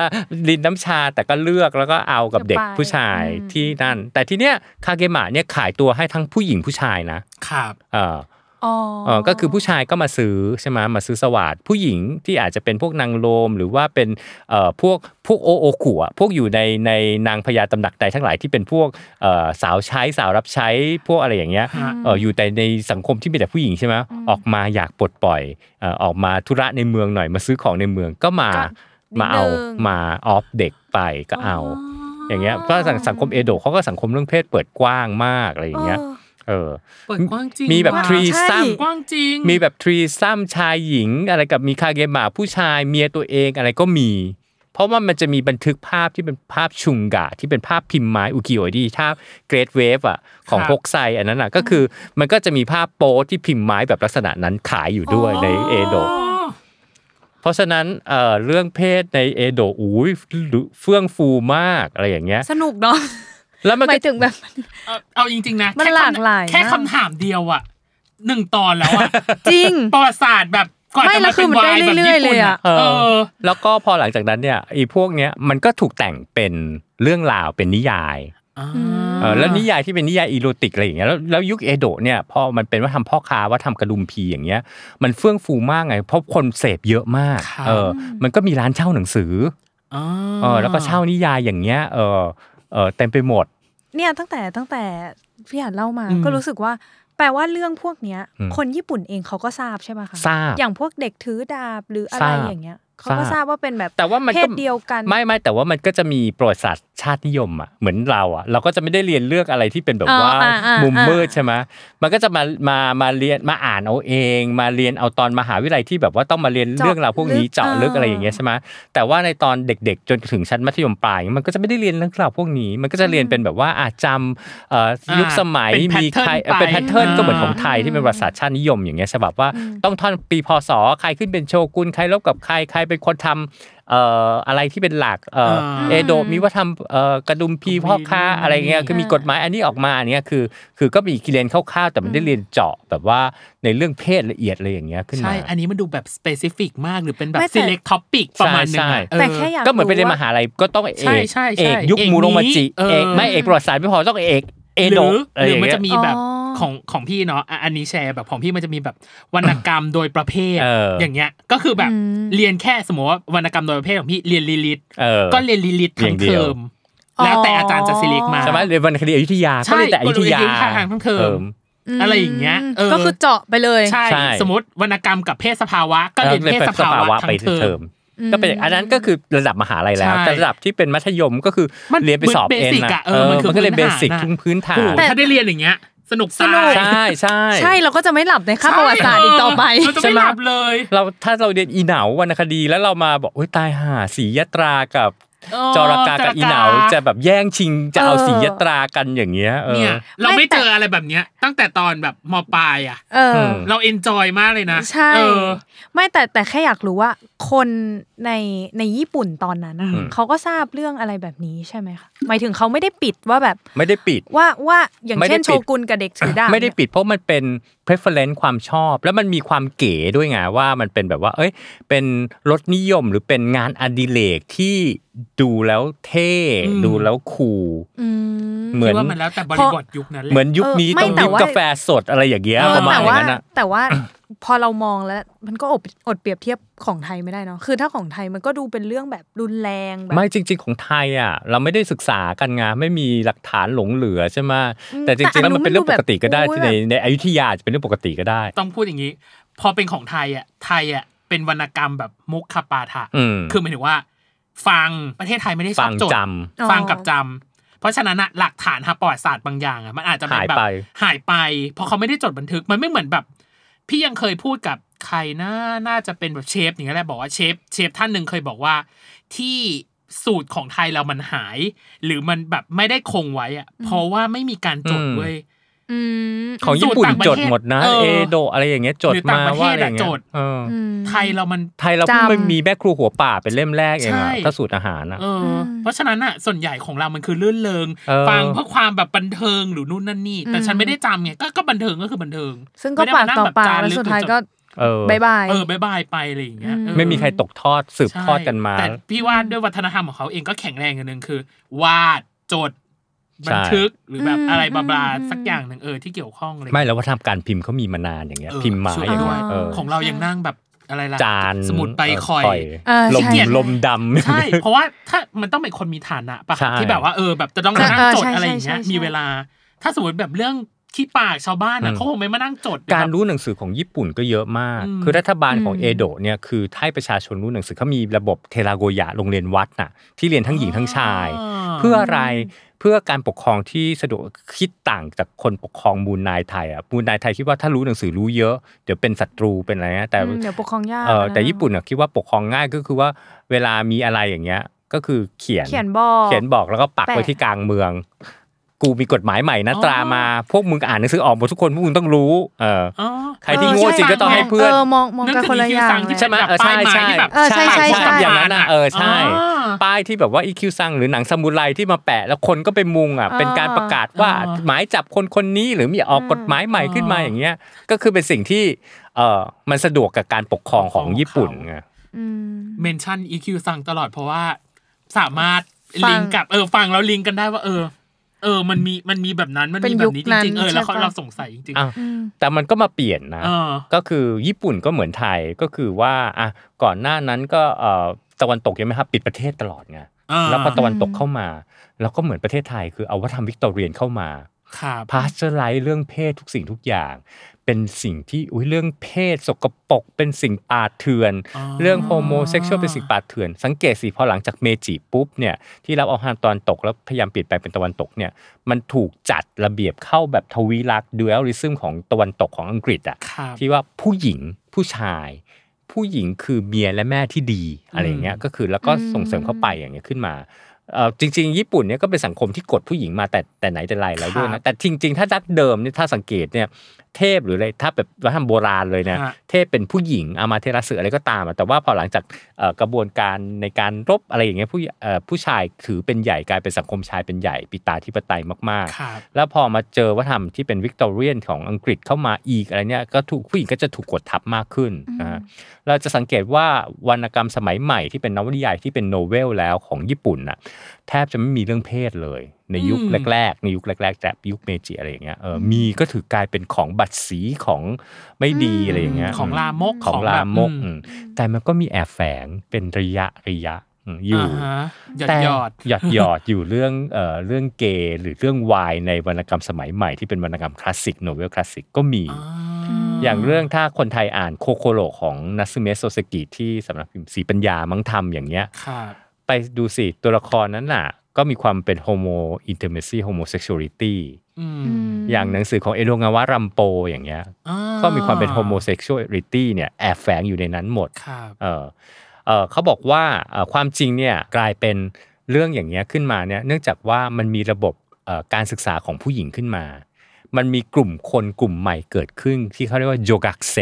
ลินน้ำชาแต่ก็เลือกแล้วก็เอากับเด็ก ไป ผู้ชาย อืม ที่นั่น แต่ทีเนี้ยคาเกมะเนี่ยขายตัวให้ทั้งผู้หญิงผู้ชายนะครับ เอ่อ อ๋อ เออก็คือผู้ชายก็มาซื้อใช่ไหมมาซื้อสวัสดผู้หญิงที่อาจจะเป็นพวกนางโลม หรือว่าเป็นเอ่อพวกพวกโอโอขุอะพวกอยู่ในในนางพญาตำหนักใดทั้งหลายที่เป็นพวกเอ่อสาวใช้สาวรับใช้พวกอะไรอย่างเงี้ย ฮะ เอออยู่แต่ในสังคมที่มีแต่ผู้หญิงใช่ไหมออกมาอยากปลดปล่อยเอ่อออกมาธุระในเมืองหน่อยมาซื้อของในเมืองก็มามาเอามาออฟเด็กไปก็เอา อย่างเงี้ยเพราะสังสังคมเอโดะเขาก็สังคมเรื่องเพศเปิดกว้างมากอะไรอย่างเงี้ย ออ เออ เปิดกว้างจริง มีแบบ ว่ะ ทรี ใช่ ซัม กว้างจริง มีแบบทรีซัมชายหญิง อะไรกับมีคาเกมะผู้ชายเมียตัวเองอะไรก็มี เพราะว่ามันจะมีบันทึกภาพที่เป็นภาพชุงกะ ที่เป็นภาพพิมพ์ไม้อุกิโอดีภาพเกรดเวฟอ่ะของ ครับ ฮกไซอันนั้นอ่ะก็คือมันก็จะมีภาพโป๊ที่พิมพ์ไม้แบบลักษณะนั้นขายอยู่ด้วยในเอโดะ เพราะฉะนั้นเอ่อเรื่องเพศในเอโดะอุ้ยเฟื่องฟูมากอะไรอย่างเงี้ย สนุก เนาะ แล้วมัน ห ก็ มายถึงแบบ เอาเอาจริงๆนะ มัน แค่คำ หลากหลาย แค่ มาก คำถามเดียวอะหนึ่งตอนแล้วอะ จริง ประวัติศาสตร์แบบก่อน ไม่ จะ แล้ มาว คื เป็น อมัน วายแบได้บ เรื่อย ญี่ปุ่นๆเลย อะ อะ เอ เอ อ อ แล้วก็พอหลังจากนั้นเนี่ยไอ้พวกเนี้ยมันก็ถูกแต่งเป็นเรื่องราวเป็นนิยายเออแล้วนิยายที่เป็นนิยายอีโรติกอะไรอย่างเงี้ยแล้วแล้วยุคเอโดะเนี่ยพอมันเป็นว่าทำพ่อค้าว่าทำกระดุมพีอย่างเงี้ยมันเฟื่องฟูมากไงเพราะคนเสพเยอะมาก ครับ เออมันก็มีร้านเช่าหนังสือ อ๋อ อเออแล้วก็เช่านิยายอย่างเงี้ยเออเออเต็มไปหมด เนี่ยตั้งแต่ตั้งแต่พี่อ่านเล่ามา อืม ก็รู้สึกว่า แปลว่าเรื่องพวกเนี้ย อืม คนญี่ปุ่นเองเขาก็ทราบใช่ไหมคะ ทราบ อย่างพวกเด็กถือดาบหรืออะไร ทราบ อย่างเงี้ยเขาก็ ทราบ ทราบว่าเป็นแบบ แต่ว่ามัน เพ ก็ ศเดียวกัน ไม่ไม่แต่ว่ามันก็จะมีประวัติศาสตร์ชาตินิยมอ่ะเหมือนเราอ่ะเราก็จะไม่ได้เรียนเรื่องอะไรที่เป็นแบบ อ๋อ ว่า อ่าอ่า มุม อ่ามื มืดใช่ไหมมันก็จะมามามาเรียนมาอ่านเอาเอง มาเรียนเอาตอนมหาวิทยาลัยที่แบบว่าต้องมาเรียนเรื่องราวพวกนี้เจาะลึกอะไรอย่างเงี้ยใช่ไหมแต่ว่าในตอนเด็ก ๆ จนถึงชั้นมัธยมปลายมันก็จะไม่ได้เรียนเรื่องราวพวกนี้ มันก็จะเรียนเป็นแบบว่าอาจำเอ่อยุคสมัย เป็น มีใคร pattern ไป เป็นแพทเทิร์นก็เหมือนของ อ่า ไทยที่เป็นประสาทชาตินิยมอย่างเงี้ยฉบับว่าต้องท่อนปีพศใครขึ้นเป็นโชกุนใครรบกับใครใครเป็นคนทำเอ่ออะไรที่เป็นหลักเอ่ออ ม เอโดะมีว่าทำเอ่อกระดุมพีพ่อค้าอะไรเงี้ยคือมีกฎหมายอันนี้ออกมาอันเนี้ยคือ คือก็มีกิเลนคร่าวๆแต่ไม่ได้เรียนเจาะแบบว่าในเรื่องเพศละเอียดอะไรอย่างเงี้ยขึ้น ใช่ มา อันนี้มันดูแบบ specific มากหรือเป็นแบบ ไม่แต่ select topic ประมาณนึง ใช่ อะเออ แต่แค่อยาก ก็เหมือนไปเรียนม รู้ว่า หาลัยก็ต้องเอ ใช่ ก ใช่ใช่ เอกยุค เอก มูโรมาจิ นี้เออ เอกไม่เอกประวัติศาสตร์ไม่พอต้องเอกเอโดะ ห อะไร รือ อหรื ย่าง มัน เงี้ย จะมีแบบ อ๋อ ของของพี่เนาะอ่ะอันนี้แชร์แบบของพี่มันจะมีแบบวรรณกรรมโดยประเภท เออ อย่างเงี้ยก็คือแบบเรียนแค่สมมติว่าวรรณกรรมโดยประเภทของพี่เรียนลิลิต เออ ก็เรียนลิลิตทั้ง อย่างเดี เท ยว อมแล้วแต่อาจารย์จะ select มา ใช่ไหมเรียนวรรณคดีอยุธยา ใช่ ก็เรียนแต่อยุธยา ก็เรียนอยุธยาทั้งเทอม เทอม อะไรอย่างเงี้ยเออ ก็คือเจาะไปเลย ใช่ ใช่ สมมติวรรณกรรมกับเพศสภาวะ ก็เรียนเพศสภาวะทั้งเทอม ก็เป็นอันนั้นก็คือระดับมหาลัยแล้ว ใช่ แต่ระดับที่เป็นมัธยมก็คือ มัน เรียนไปสอบ เหมือน เอ็น basic น่ อะเออมันคือ ก็เลย พื้ เบ นฐาน สิก อะ พื้นฐา โอ้ น โหถ้าได้เรียนอย่างเงี้ย สนุก ส ตา นุก ย ใช่ใช่ ใช่เราก็จะไม่หลับในค่าประวัติศาสตร์อีกต่อไป เราจะไม่หลับเลย เราถ้าเราเรียนอีเหนาวรรณคดีแล้วเรามาบอกโอ้ยตายห่าสียตรากับ เออ จรกากับอีเหนาจะแบบแย่งชิงจะเอา เออ สียตรากันอย่างเงี้ยเออ เนี่ย เราไม่เจออะไรแบบเนี้ย ตั้งแต่ตอนแบบมปลายอ่ะ เอออ ม เราเอนจอยมากเลยนะ ใช่ เออ ไม่แต่แต่แค่อยากรู้ว่า คนในในญี่ปุ่นตอนนั้นอะ อืม เขาก็ทราบเรื่องอะไรแบบนี้ใช่ไหมคะหมายถึงเขาไม่ได้ปิดว่าแบบ ไม่ได้ปิด ว่าว่าอย่าง ไม่ได้ เช่น ปิด โชกุนกับเด็กถือดาบ ไม่ได้ เนี่ย ปิดเพราะมันเป็น preference ความชอบ แล้วมันมีความเก๋ด้วยไงว่ามันเป็นแบบว่า เอ้ย เป็นรสนิยมหรือเป็นงานอดิเรกที่ดูแล้วเท่ อืม ดูแล้วคูลเหมื คิ อน ดว่ามันแล้วแต่บริบทยุคนั้นแหละ เหมือนยุคนี้ เออไม่ ต้อง แต่ ยิบ ว่า กาแฟสดอะไรอย่างเงี้ย เออ ประมาณ แต่ อย่า ว่าง นั้นอ่ะ แต่ว่าพอเรามองแล้ว มันก็อดอดเปรียบเทียบของไทยไม่ได้เนาะคือถ้าของไทยมันก็ดูเป็นเรื่องแบบรุนแรงแบบ ไม่จริง ๆ ของไทยอ่ะ เราไม่ได้ศึกษากันไงไม่มีหลักฐานหลงเหลือใช่ไหมแต่จ แต่ ริงๆ อั แล้ น ว นู้น มันเป็นเรื่องปกติก็ได้ มันดู ที่ แบ ใน บ ในอยุธยาจะเป็นเรื่องปกติก็ได้ ต้องพูดอย่างนี้ พอเป็นของไทยอ่ะไทยอ่ะเป็นวรรณกรรมแบบมุขปาฐะ อืม คือหมายถึงว่า ฟังประเทศไทยไม่ได้ช ฟั อบ ง จด จำ ฟังกับจำเพราะฉะนั้นอะหลักฐานทางประวัติศาสตร์บางอย่างอะมันอาจจะเป็นแบบ หายไป หายไป เพราะเขาไม่ได้จดบันทึกมันไม่เหมือนแบบ พี่ยังเคยพูดกับใครนะน่าจะเป็นแบบเชฟอย่างเงี้ยแหละบอกว่าเชฟเชฟท่านหนึ่งเคยบอกว่า ที่สูตรของไทยเรามันหาย หรือมันแบบไม่ได้คงไว้อะเพราะว่าไม่มีการจดเว้ย อืม ของญี่ปุ่น สูตรต่างประ จ เทศ ดหมดนะ เออ เอโดะอะไรอย่างเงี้ยจด หรือ มา ต่างประเท ว่า ศ อะไรอย่างเงี้ อะจ ย ด เออ อืม ไทยเรามัน ไทยเราเพิ่ง จำ ไม่มีแม่ครัวหัวป่าเป็นเล่มแรกเองอะ ใช่ ถ้าสูตรอาหารนะ เออ เพราะฉะนั้นอะส่วนใหญ่ของเรามันคือลื่นเริง เออ ฟังเพื่อความแบบบันเทิงหรือนู่นนั่นนี่ แต่ฉันไม่ได้จำไงก็ก็บันเทิงก็คือบันเทิง ซึ่งก็ ไม่ได้มปากนั่ ต่อ แบบ ปาก จรึ แล้วสุดท้าย จ ก็ เออบ ายบาย เออบายบายไปอะไรอย่างเงี้ยเออ ไม่มีใครตกทอดสืบทอดกันมา ใช่แต่พี่ว่าด้วยวัฒนธรรมของเขาเองก็แข็งแรงกันหนึ่งคือ วาดจด บันทึกหรือแบบ อืม อะไรบลาบลา อืม สักอย่างหนึ่งเออที่เกี่ยวข้องอะไร ไม่แล้วว่าทำการพิมพ์เขามีมานานอย่างเงี้ย เออ พิมพ์ไม้ ช่วย อย่าง ด้ว เงี้ยเออ ของเรายังนั่งแบบอะไรล่ะ จาน สมุดใบคอย เ เออ ลม ใช่ ลมดำ ใช่ เพราะว่าถ้ามันต้องเป็นคนมีฐานะปะ ใช่ ที่แบบว่าเออแบบจะต้องมานั่ง เออ จด ใช่ อะไรอย่างเงี้ย ใช่ใช่ มีเวลา ถ้าสมมติแบบเรื่องขี้ปากชาวบ้านนะเขาคงไม่มานั่งจด การรู้หนังสือของญี่ปุ่นก็เยอะมาก อืม คือรัฐบาลของ อืม เอโดะเนี่ยคือให้ประชาชนรู้หนังสือเขามีระบบเทราโกยะโรงเรียนวัดน่ะที่เรียนทั้งหญิงทั้งชาย อ๋อ เพื่ออะไร เ พื่อการปกครองที่สะดวกคิดต่างจากคนปกครองมูลนายไทยอ่ะมูลนายไทยคิดว่าถ้ารู้หนังสือรู้เยอะเดี๋ยวเป็นศัตรูเป็นอะไรนะแต่ อืมเดี๋ยวปกครองยาก เออแต่ เออ ญี่ปุ่นอะคิดว่าปกครองง่ายก็คือว่าเวลามีอะไรอย่างเงี้ย ก็คือเขียน เขียนบอก เขียนบอกแล้วก็ปักไว้ แปะ ที่กลางเมือง กูมีกฎหมายใหม่นะตรามา พวกมึงอ่านหนังสือออกหมดทุกคนพวกมึงต้องรู้ เออ อ๋อ ใครที่โง่จริงก็ต้องให้เพื่อน เออมองมองกันคนละอย่าง นั่นคือ EQ สั่งที่ ใช่ไหมเออ แบบ ใช่ ป้ายไม้ ใช่ ที่แบบ เออใช่ใช่ ปัก ใช่ อย่างนั้นอ่ะเออใช่ อ๋อ ป้ายที่แบบว่าอีคิวซังหรือหนังซามูไรที่มาแปะแล้วคนก็ไปมุงอ่ะเป็นการประกาศว่า อ๋อ หมายจับคนคนนี้หรือมีออกกฎหมายใหม่ขึ้นมา อ๋อ อ อ ย่างเงี้ยก็คือเป็นสิ่งที่เออมันสะดวกกับการปกครองของญี่ปุ่นไง อืม เมนชั่น EQ สั่งตลอดเพราะว่าสามารถ ฟัง ลิงก์กับเออฟังแล้วลิงก์กันได้ว่า เออ เออ มันมีมันมีแบบนั้นมัน เป็ มี น แบ ยุ บ ค นี้จ นั้น ริงๆเออแล้วเขา ใช่ปะ เราสงสัยจริง อ่ะ ๆ อืม แต่มันก็มาเปลี่ยนนะ เออ ก็คือญี่ปุ่นก็เหมือนไทยก็คือว่าอ่ะก่อนหน้านั้นก็เอ่อตะวันตกยังไหมครับปิดประเทศตลอดไง อ่า แล้วพอตะวันตกเข้ามา แล้วก็เหมือนประเทศไทยคือเอาวัฒนธรรมวิกตอเรียนเข้ามา ครับ พาสเจอร์ไลท์เรื่องเพศทุกสิ่งทุกอย่าง เป็นสิ่งที่อุยเรื่องเพศสกปรกเป็นสิ่งป่าเถื่อน เรื่องโฮโมเซ็กชวลเป็นสิ่งป่าเถื่อน สังเกตสิพอหลังจากเมจิปุ๊บเนี่ยที่เราเอาฮานตะวันตกแล้วพยายามเปลี่ยนแปลงเป็นตะวันตกเนี่ยมันถูกจัดระเบียบเข้าแบบทวีลักษ์ดูแอลลิซึมของตะวันตกของอังกฤษอะ ครับ ที่ว่าผู้หญิงผู้ชาย ผู้หญิงคือเมียและแม่ที่ดีอะไรอย่างเงี้ยก็คือแล้วก็ อืม ส่งเสริมเข้าไปอย่างเงี้ยขึ้นมาเอ่อจริง ๆ ญี่ปุ่นเนี่ยก็เป็นสังคมที่กดผู้หญิงมาแต่แต่ไหนแต่ไรแล้วด้วย ครั นะ บ แต่จริง ๆ ถ้าดักเดิมเนี่ยถ้าสังเกตเนี่ยเทพหรืออะไรถ้าแบบวัฒนธรรมโบราณเลยเนี่ย ฮะ เทพเป็นผู้หญิงอามาเทราเสืออะไรก็ตามอะแต่ว่าพอหลังจากเอ่อกระบวนการในการรบอะไรอย่างเงี้ยผู้เอ่อผู้ชายถือเป็นใหญ่กลายเป็นสังคมชายเป็นใหญ่ปิตาธิปไตยมากๆ ครับ แล้วพอมาเจอวัฒนธรรมที่เป็นวิกตอเรียนของอังกฤษเข้ามาอีกอะไรเนี่ยก็ถูกผู้หญิงก็จะถูกกดทับมากขึ้นนะฮะเราจะสังเกตว่าวรรณกรรมสมัยใหม่ที่เป็นนวนิยายที่เป็นโนเวลแล้วของญี่ปุ่นน่ะแทบจะไม่มีเรื่องเพศเลย ในยุค อืม แรก ๆ ในยุคแรกๆแต่ยุคเมจิอะไรอย่างเงี้ยเอออมีก็ถือกลายเป็นของบัตรสีของไม่ดีอะไรอย่างเงี้ย ของ ม ลามก ของ แบบ ลามก อืม อืมแต่มันก็มีแอบแฝงเป็นระยะระยะอืมอยู่ าฮะหยอด แต่ หยอด หยอดหย อดอยู่เรื่องเอ่อเรื่องเกย์หรือเรื่องวายในวรรณกรรมสมัยใหม่ที่เป็นวรรณกรรมคลาสสิกโนเวลคลาสสิกก็มี อย่างเรื่องถ้าคนไทยอ่านโคโคโรของนัซึเมะโซสกิที่สำนักพิมพ์สีปัญญามั้งทำอย่างเงี้ย ครับ ไปดูสิตัวละครนั้นน่ะ ก็มีความเป็นโฮโมอินเทอร์เมซี่โฮโมเซ็กชวลิตี้ อืม ม อย่างหนังสือของเอโดงาวะรัมโปอย่างเงี้ย อ่ ก็มีความเป็นโฮโมเซ็กชวลิตี้เนี่ยแอบแฝงอยู่ในนั้นหมด ครับ เออเอ่อเขาบอกว่าเอ่อความจริงเนี่ยกลายเป็นเรื่องอย่างเงี้ยขึ้นมาเนี่ยเนื่องจากว่ามันมีระบบเอ่อการศึกษาของผู้หญิงขึ้นมา มันมีกลุ่มคนกลุ่มใหม่เกิดขึ้น ที่เขาเรียกว่าโยกักเซ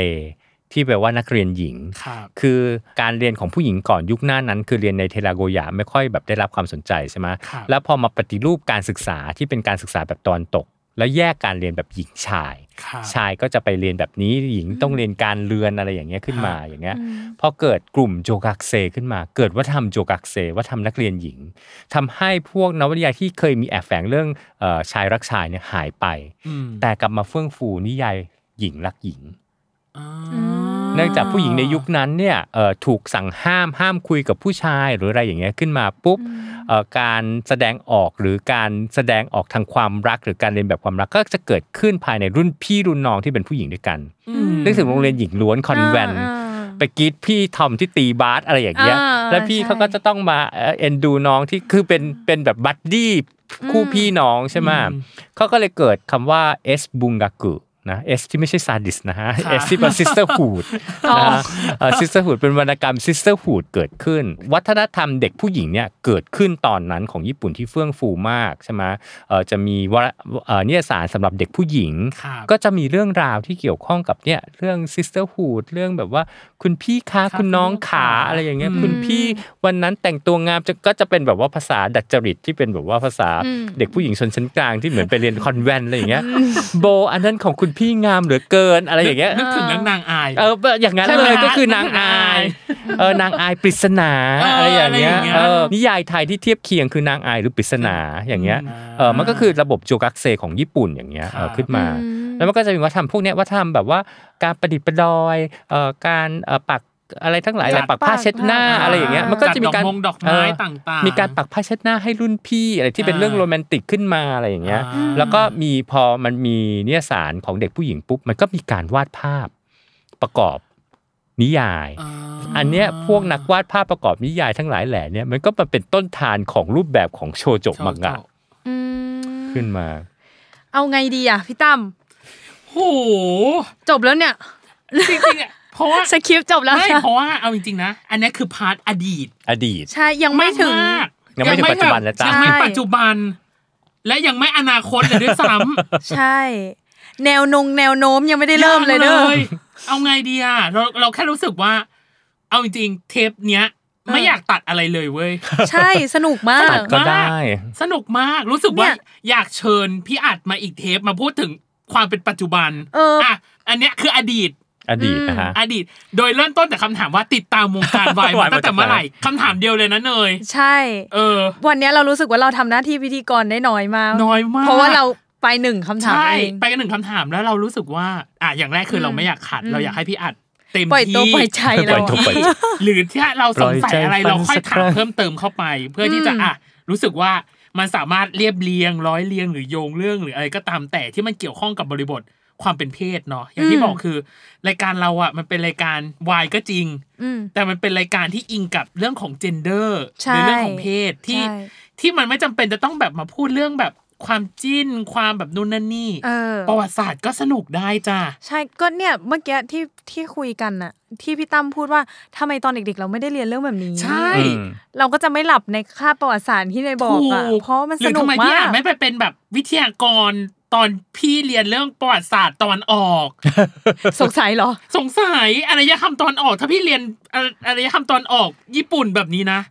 ที่แปลว่านักเรียนหญิง ครับ คือการเรียนของผู้หญิงก่อนยุคหน้านั้น คือเรียนในเทราโกยะไม่ค่อยแบบได้รับความสนใจใช่ไหม ครับ แล้วพอมาปฏิรูปการศึกษาที่เป็นการศึกษาแบบตอนตก แล้วแยกการเรียนแบบหญิงชาย ครับ ชายก็จะไปเรียนแบบนี้หญิงต้องเรียนการเรือนอะไรอย่างเงี้ยขึ้นมาอย่างเงี้ย อืม พอเกิดกลุ่มโจกักเซขึ้นมา เกิดว่าทำโจกักเซว่าทำนักเรียนหญิงทำให้พวกนวนิยายที่เคยมีแอบแฝงเรื่องเอ่อชายรักชายเนี่ยหายไป อืม แต่กลับมาเฟื่องฟูนิยายหญิงรักหญิง อ่า เนื่องจากผู้หญิงในยุคนั้นเนี่ยเอ่อถูกสั่งห้ามห้ามคุยกับผู้ชายหรืออะไรอย่างเงี้ยขึ้นมาปุ๊บเอ่อการแสดงออกหรือการแสดงออกทางความรักหรือการเรียนแบบความรักก็จะเกิดขึ้นภายในรุ่นพี่รุ่นน้องที่เป็นผู้หญิงด้วยกันนึกถึงโรงเรียนหญิงล้วนคอนแวนต์ อ่าอ่า ไปกรีดพี่ทอมที่ตีบาสอะไรอย่างเงี้ย อ่าอ่า แล้วพี่ ใช่ เขาก็จะต้องมาเอ่อเอ็นดูน้องที่คือเป็นเป็นแบบบัดดี้คู่พี่น้องใช่ไหม อืม เขาก็เลยเกิดคำว่า S บุงกากุนะ S ที่ไม่ใช่ซาดิสนะฮะ ค่ะ S ที่เป็น sisterhood นะฮะเอ่อ sisterhood เป็นวรรณกรรม sisterhood เกิดขึ้น วัฒนธรรมเด็กผู้หญิงเนี่ยเกิดขึ้นตอนนั้นของญี่ปุ่นที่เฟื่องฟูมากใช่ไหมเอ่อจะมีวารเอ่อนิยสารสำหรับเด็กผู้หญิง ครับ ก็จะมีเรื่องราวที่เกี่ยวข้องกับเนี่ยเรื่อง sisterhood เรื่องแบบว่าคุณพี่คะ ครับ คุณน้องขา คุณน้องขา อะไรอย่างเงี้ย อืม คุณพี่วันนั้นแต่งตัวงามจะก็จะเป็นแบบว่าภาษาดัดจริตที่เป็นแบบว่าภาษา อืม เด็กผู้หญิงชนชั้นกลางที่เหมือนไปเรียนคอนแวนต์อะไรอย่างเงี้ยโบอันนั้นของคุณพี่งามเหลือเกินอะไรอย่างเงี้ย นึกถึงเรื่องนางอาย เอออย่างนั้น ใช่ไหม เลยก็คือ ฮะ นางอายเออนางอายปริศนา เออ อะไรออะไรอย่างเงี้ยย่างเงี้ย เออนิยายไทยที่เทียบเคียงคือนางอายหรือปริศนาอย่างเงี้ย อืม เออมันก็คือระบบโจกักเซของญี่ปุ่นอย่างเงี้ยเอคอรับ ขึ้นมา อืม แล้วมันก็จะมีวัฒนธรรมพวกเนี้ยวัฒนธรรมแบบว่าการประดิษฐ์ประดอยเอ่อการเอ่อปักอะไรทั้งหลาย จัด แหละปักผ้าเช็ดหน้า ปักผ้า อะไรอย่างเงี้ยมันก็จะมีการ ดอมงดอกไม้ เ ต่างๆ มีการปักผ้าเช็ดหน้าให้รุ่นพี่อะไรที่เป็น อ่า เรื่องโรแมนติกขึ้นมาอะไรอย่างเงี้ย อ่า แล้วก็มีพอมันมีนิยสารของเด็กผู้หญิงปุ๊บ มันก็มีการวาดภาพประกอบนิยาย อันเนี้ยพวกนักวาดภาพประกอบนิยายทั้งหลายแหล่เนี่ยมันก็มาเป็นต้นทานของรูปแบบของโชโจมังงะ อืม ขึ้นมา เอาไงดีอ่ะพี่ตั้ม โอ้โห จบแล้วเนี่ย จริงๆอะเพราะว่า สคริปต์จบแล้ว ไม่ นะ เพราะว่าเอาจริงๆนะ อันนี้คือพาร์ทอดีต อดีต ใช่ยังไม่ถึง ากๆ ยังไม่ถึงปัจจุบันนะจ๊ะ ยังไม่ปัจจุบัน และยังไม่อนาคตเลยด้วยซ้ำ ใช่ แนวนงแนวโน้มยังไม่ได้เริ่มเลยเด้อ งเอาไงดีอ่ะเราเราแค่รู้สึกว่า เอาจริงๆเทปเนี้ย ไม่อยากตัดอะไรเลยเว้ย ใช่สนุกมา ส ก นุม ก็ได้ สนุกมากรู้สึกว่า เนี่ย อยากเชิญพี่อัดมาอีกเทปมาพูดถึงความเป็นปัจจุบัน เอออ่ ะอันเนี้ยคืออดีต อดีตนะฮะ อดีต โดยเริ่มต้นจากคำถามว่าติดตามวงการวาย มาตั้งแต่เมื่อไหร่คำถามเดียวเลยนะเนย ใช่ เออ วันเนี้ยเรารู้สึกว่าเราทำหน้าที่พิธีกรได้น้อยมาก น้อยมาก เพราะว่าเราไปหนึ่งคำถาม ใช่ เอง ไปกันหนึ่งคำถามแล้วเรารู้สึกว่า อ่ะอย่างแรกคือเราไม่อยากขัด เราอยากให้พี่อัดเต็ม ปล่อย ที่ ตัวปล่อยใจเรา ปล่อยตัวปล่อยใจ หรือที่เราสงสัยอะไร ปล่อยใจ เราค่อย ฟังสักค ถา รั้ ม ง เพิ่มเติมเข้าไป เพื่อที่จะอ่ะรู้สึกว่ามันสามารถเรียบเรียง ร้อยเรียงหรือโยงเรื่องหรืออะไรก็ตามแต่ที่มันเกี่ยวข้องกับบริบทความเป็นเพศเนาะอย่างที่บอกคือ รายการเราอ่ะมันเป็นรายการวายก็จริง อืม แต่มันเป็นรายการที่อิงกับเรื่องของเจนเดอร์ ใช่ หรือเรื่องของเพศที่ ใช่ ที่มันไม่จำเป็นจะต้องแบบมาพูดเรื่องแบบความจิ้น ความแบบนู่นนั่นนี่ เออ ประวัติศาสตร์ก็สนุกได้จ้า ใช่ก็เนี่ยเมื่อกี้ที่ที่คุยกันน่ะ ที่พี่ตั้มพูดว่าทำไมตอนเด็กๆ เราไม่ได้เรียนเรื่องแบบนี้ ใช่ อืม เราก็จะไม่หลับในคาบประวัติศาสตร์ที่ในายบอกอ่ะ ถู เพราะมัน ห ส รือ นุก ทำไมพี่ มา อ่าก นไม่ไปเป็นแบบวิทยากรตอนพี่เรียนเรื่องประวัติศาสตร์ตอนออก สงสัยเหร อ สงสัยอารยธรรมตอนออก ถ้าพี่เรียนอะอารยธรรมตอนออกญี่ปุ่นแบบนี้นะ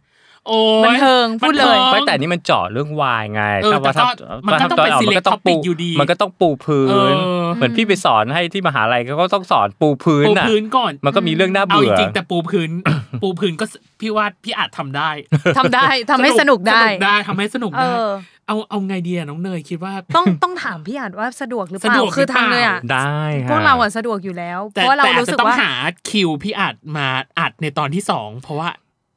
โอ้ย บันเทิงพูดเลย บันทิ ไม่ ง แต่อันนี่มันเจาะเรื่องวายไง เออ ถ้าว่า แต่ก็ ถ้า มันก็ต้อง ถ้า เป็น ว่า select มันก็ต้องปู topic อยู่ดี มันก็ต้องปูพื้ เอน อ เหมือนพี่ไปสอนให้ที่มหาลัยก็ต้องสอนปูพื้น ปู น่ะ พื้นก่อน มันก็มีเรื่องน่า เอา เบื่ จ อ ริงๆแต่ปู พื้น ปูพื้นก็สพี่ว่าพี่อาจทำได้ ทำได้ทำให้สนุกได้ สนุกได้ทำให้สนุก เอ ได้ อ เอาเอาไงดีอะน้องเนยคิดว่า ต้องต้องถามพี่อาจว่าสะดวกหรือเป สะ ล่า ดวกหรือ คือทางเลย เปล่า อ่ะ ได้ฮะ พวกเราอ่ะสะดวกอยู่แล้ว เพ แต่ ราะว่าเรา แต่อาจ รู้สึ จะ ก ต้อง ว่า หาคิวพี่อัดมาอัดในตอนที่สองเพราะว่า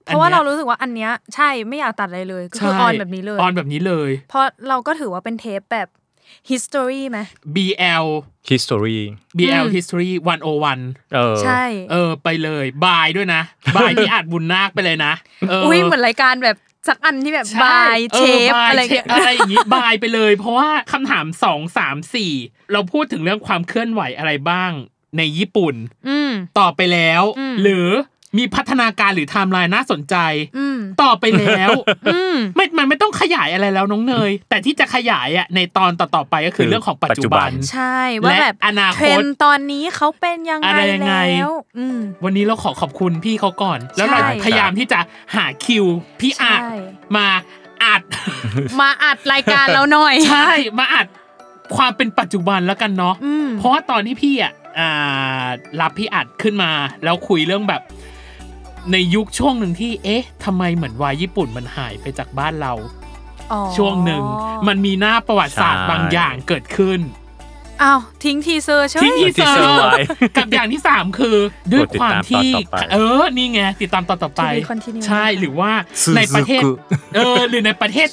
เพราะว่าเรา อันนี้ย รู้สึกว่าอันเนี้ยใช่ไม่อยากตัดอะไรเลยก็คือ ใช่ ออนแบบนี้เลย ออนแบบนี้เลย เพราะเราก็ถือว่าเป็นเทปแบบ history ไหม BL ฮิสตอรี BL History 101 เออ ใช่ เออ ไปเลยบายด้วยนะบายพี่อัดบุญนาคไปเลยนะเอออ อุ้ยเหมือนรายการแบบสักอันที่แบบ ใช่ บายเชฟ บาย อะไร เชฟอะไรอย่างงี้ บายไปเลย เพราะว่าคำถามสองสามสี่เราพูดถึงเรื่องความเคลื่อนไหวอะไรบ้างในญี่ปุ่น อืม ตอบไปแล้ว อืม หรือมีพัฒนาการหรือไทม์ไลน์น่าสนใจ อืม ตอบไปแล้ว อืม ไม่ มันไม่ต้องขยายอะไรแล้วน้องเนย แต่ที่จะขยายอ่ะในตอนต่อๆไปก็คือเรื่องของปัจจุบัน ปัจจุบัน ใช่ว่า และ แบบ อนาคต เทรนด์ตอนนี้เขาเป็นยัง อะ ไง ไรยังไง แล้ว อืม วันนี้เราขอขอบคุณพี่เขาก่อน แล้วเรา ใช่ พยายามที่จะหาคิว พี่ ใช่ อาจมาอัด มาอัดรายการเราหน่อย ใช่ มาอัดความเป็นปัจจุบันแล้วกันเนาะ อืม เพราะว่าตอนที่พี่อ่ะอ่ารับพี่อัดขึ้นมา แล้วคุยเรื่องแบบ ในยุคช่วงหนึ่งที่ เอ๊ะทำไมเหมือนวายญี่ปุ่นมันหายไปจากบ้านเรา อ๋อ ช่วงหนึ่ง มันมีหน้าประวัติศาสตร์ ใช่ บางอย่างเกิดขึ้น อ้าวทิ้งทีเซอร์ใช่ไหม ทิ้งทีเซอ ทีเซอร์ ร์ ไว้ กับอย่างที่สามคือด้วยความที่ กดติดตามตอนต่อไป เออ นี่ไง ติดตามตอนต่อไป คอนติเนีย ใช่หรือว่า ซูซูกุ ในประเทศ เออ หรือในประเทศ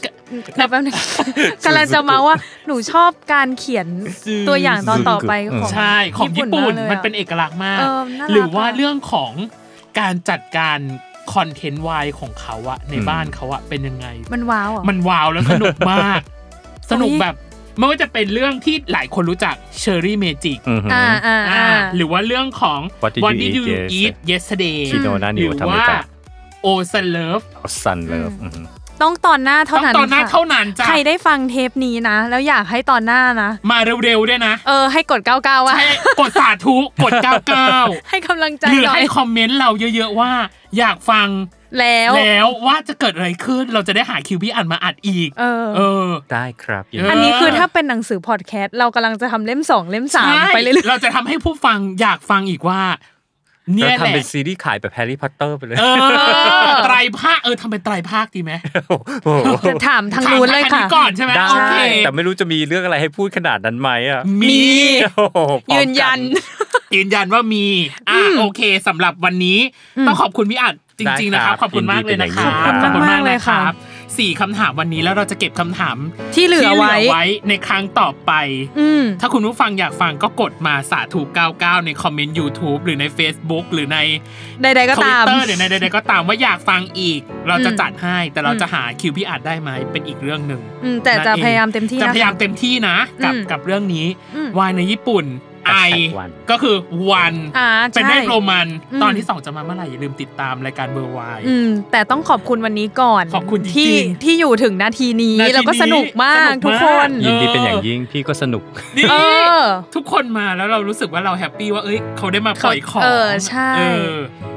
แป๊บนึง กำลังจะมาว่าหนูชอบการเขียน ซึ่ง ตัวอย่างตอนต่อไปของ ใช่ของญี่ปุ่น ากลย มันเป็น อะ เอกลักษณ์มาก เออน่ารัก หรือว่า อะ เรื่องของการจัดการคอนเทนต์วายของเขาอะในบ้านเขาอะเป็นยังไง มันว้าวเหรอ่ะ มันว้าวแล้วสนุกมาก สนุก อุ๊ย แบบไม่ว่าจะเป็นเรื่องที่หลายคนรู้จักเชอรี่เมจิก อือฮึ อ่าอ่า อ่า อ่า หรือว่าเรื่องของ What did you did eat you yesterday? eat yesterday ชิโนนานิ หรื วทำไม ว่า จ๊ะ โอซเลฟ ซันเลิฟ ต้องตอนหน้าเท่า ต้อง นั้น ตอนหน้า ค่ะ เท่านั้นจ้ะ ใครได้ฟังเทปนี้นะ แล้วอยากให้ตอนหน้านะ มาเร็วๆด้วยนะ เออ ให้กด 99 ว่า ให้กดสาธุ กด 99 ให้กำลั งใจ หรือ หน่อ ให้ ย คอมเมนต์เราเยอะๆว่า อยากฟัง แล้ว แล้วว่าจะเกิดอะไรขึ้นเราจะได้หาคิวพี่อ่านมาอัดอีก เออ เออ ได้ครับยินดี เ อันนี้คือถ้าเป็นหนังสือพอดแคสต์เรากำลังจะทำเล่มสองเล่มสาม ใช่ ไปเรื่อย เราจะทำให้ผู้ฟังอยากฟังอีกว่า เนี่ย เรา แหละทำเป็นซีรีส์ขายแบบแฮร์รี่พอตเตอร์ไปเลย เออไตรภาคเออทำเป็นไตรภาคดีไหม โอ้โห ๆจะถามทางนู้นเลย ถามอั ค่ะ ก่อนใช่ไหม ได้ โอเค แต่ไม่รู้จะมีเรื่องอะไรให้พูดขนาดนั้นไหมอ่ะ มี โอ้โหพร้อมกั ยืนยัน ยืนยันว่ามีอ่ะโอเคสำหรับวันนี้ ต้องขอบคุณพี่อัดจริง ๆ นะครับ ได้คขรับอบคุณมากเลยนะครั ยินดี บ เป็นอย่างยิ่งครับ ขอบคุณมากเลยครับ 4คำถามวันนี้แล้วเราจะเก็บคำถาม ที่เหลือ ที่ ไว้ ในครั้งต่อไป อืม ถ้าคุณผู้ฟังอยากฟังก็กดมาสาถูก99 ในคอมเมนต์ YouTube หรือใน Facebook หรือใน ใดๆก็ตาม ทวิตเตอร์หรือในใดๆก็ตามว่าอยากฟังอีก เราจะ อืม จัดให้แต่เราจะหาคิวพี่อาจได้ไหมเป็นอีกเรื่องหนึ่ง อืมแต่จะพยายามเต็มที่ จะ นะ พยายามเต็มที่นะกับ อืม กับเรื่องนี้ อืม วายในญี่ปุ่นไอ Hashtag วัน ก็คือวัน อ่าใช่ เป็นเรื่องโรมัน อืม ตอนที่สองจะมาเมื่อไหร่อย่าลืมติดตามรายการเบอร์วาย อืม แต่ต้องขอบคุณวันนี้ก่อน ขอบคุณจริงๆ ที่ที่อยู่ถึงนาทีนี้ นาทีนี้ แล้วก็สนุกมา สนุ ก กมาก ทุกคน ยินดีเป็นอย่างยิ่งพี่ก็สนุก นี่ เออ ทุกคนมาแล้วเรารู้สึกว่าเราแฮปปี้ว่าเอ้ยเขาได้มาปล่อยของ เออใช่ เออ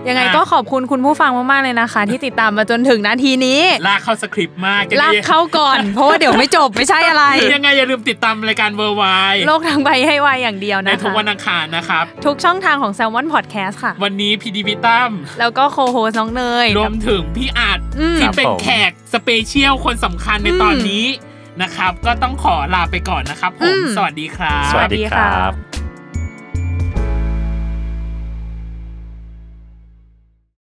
ยังไงก็ขอบคุณคุณผู้ฟังมากๆเลยนะคะ ที่ติดตามมาจนถึงนาทีนี้ ลากเข้าสคริปต์มาก ลากเข้าก่อน เพราะว่าเดี๋ยวไม่จบไม่ใช่อะไร ยังไงอย่าลืมติดตามรายการเบอร์วาย โลกทางใบให้ไวอย่างเดียว ใน นะ ทุก คะ วันอังคารนะครับ ทุกช่องทางของ s ซ l m o n Podcast ค่ะ วันนี้พีดีพิตั้ม แล้วก็โคโฮสน้องเนย รวมถึงพี่อาจ อืม ที่เป็น ครับผม แขกสเปเชียลคนสำคัญในตอนนี้นะครับ ก็ต้องขอลาไปก่อนนะครับผ อื ม ม สวัสดีครับ สวัสดีครับ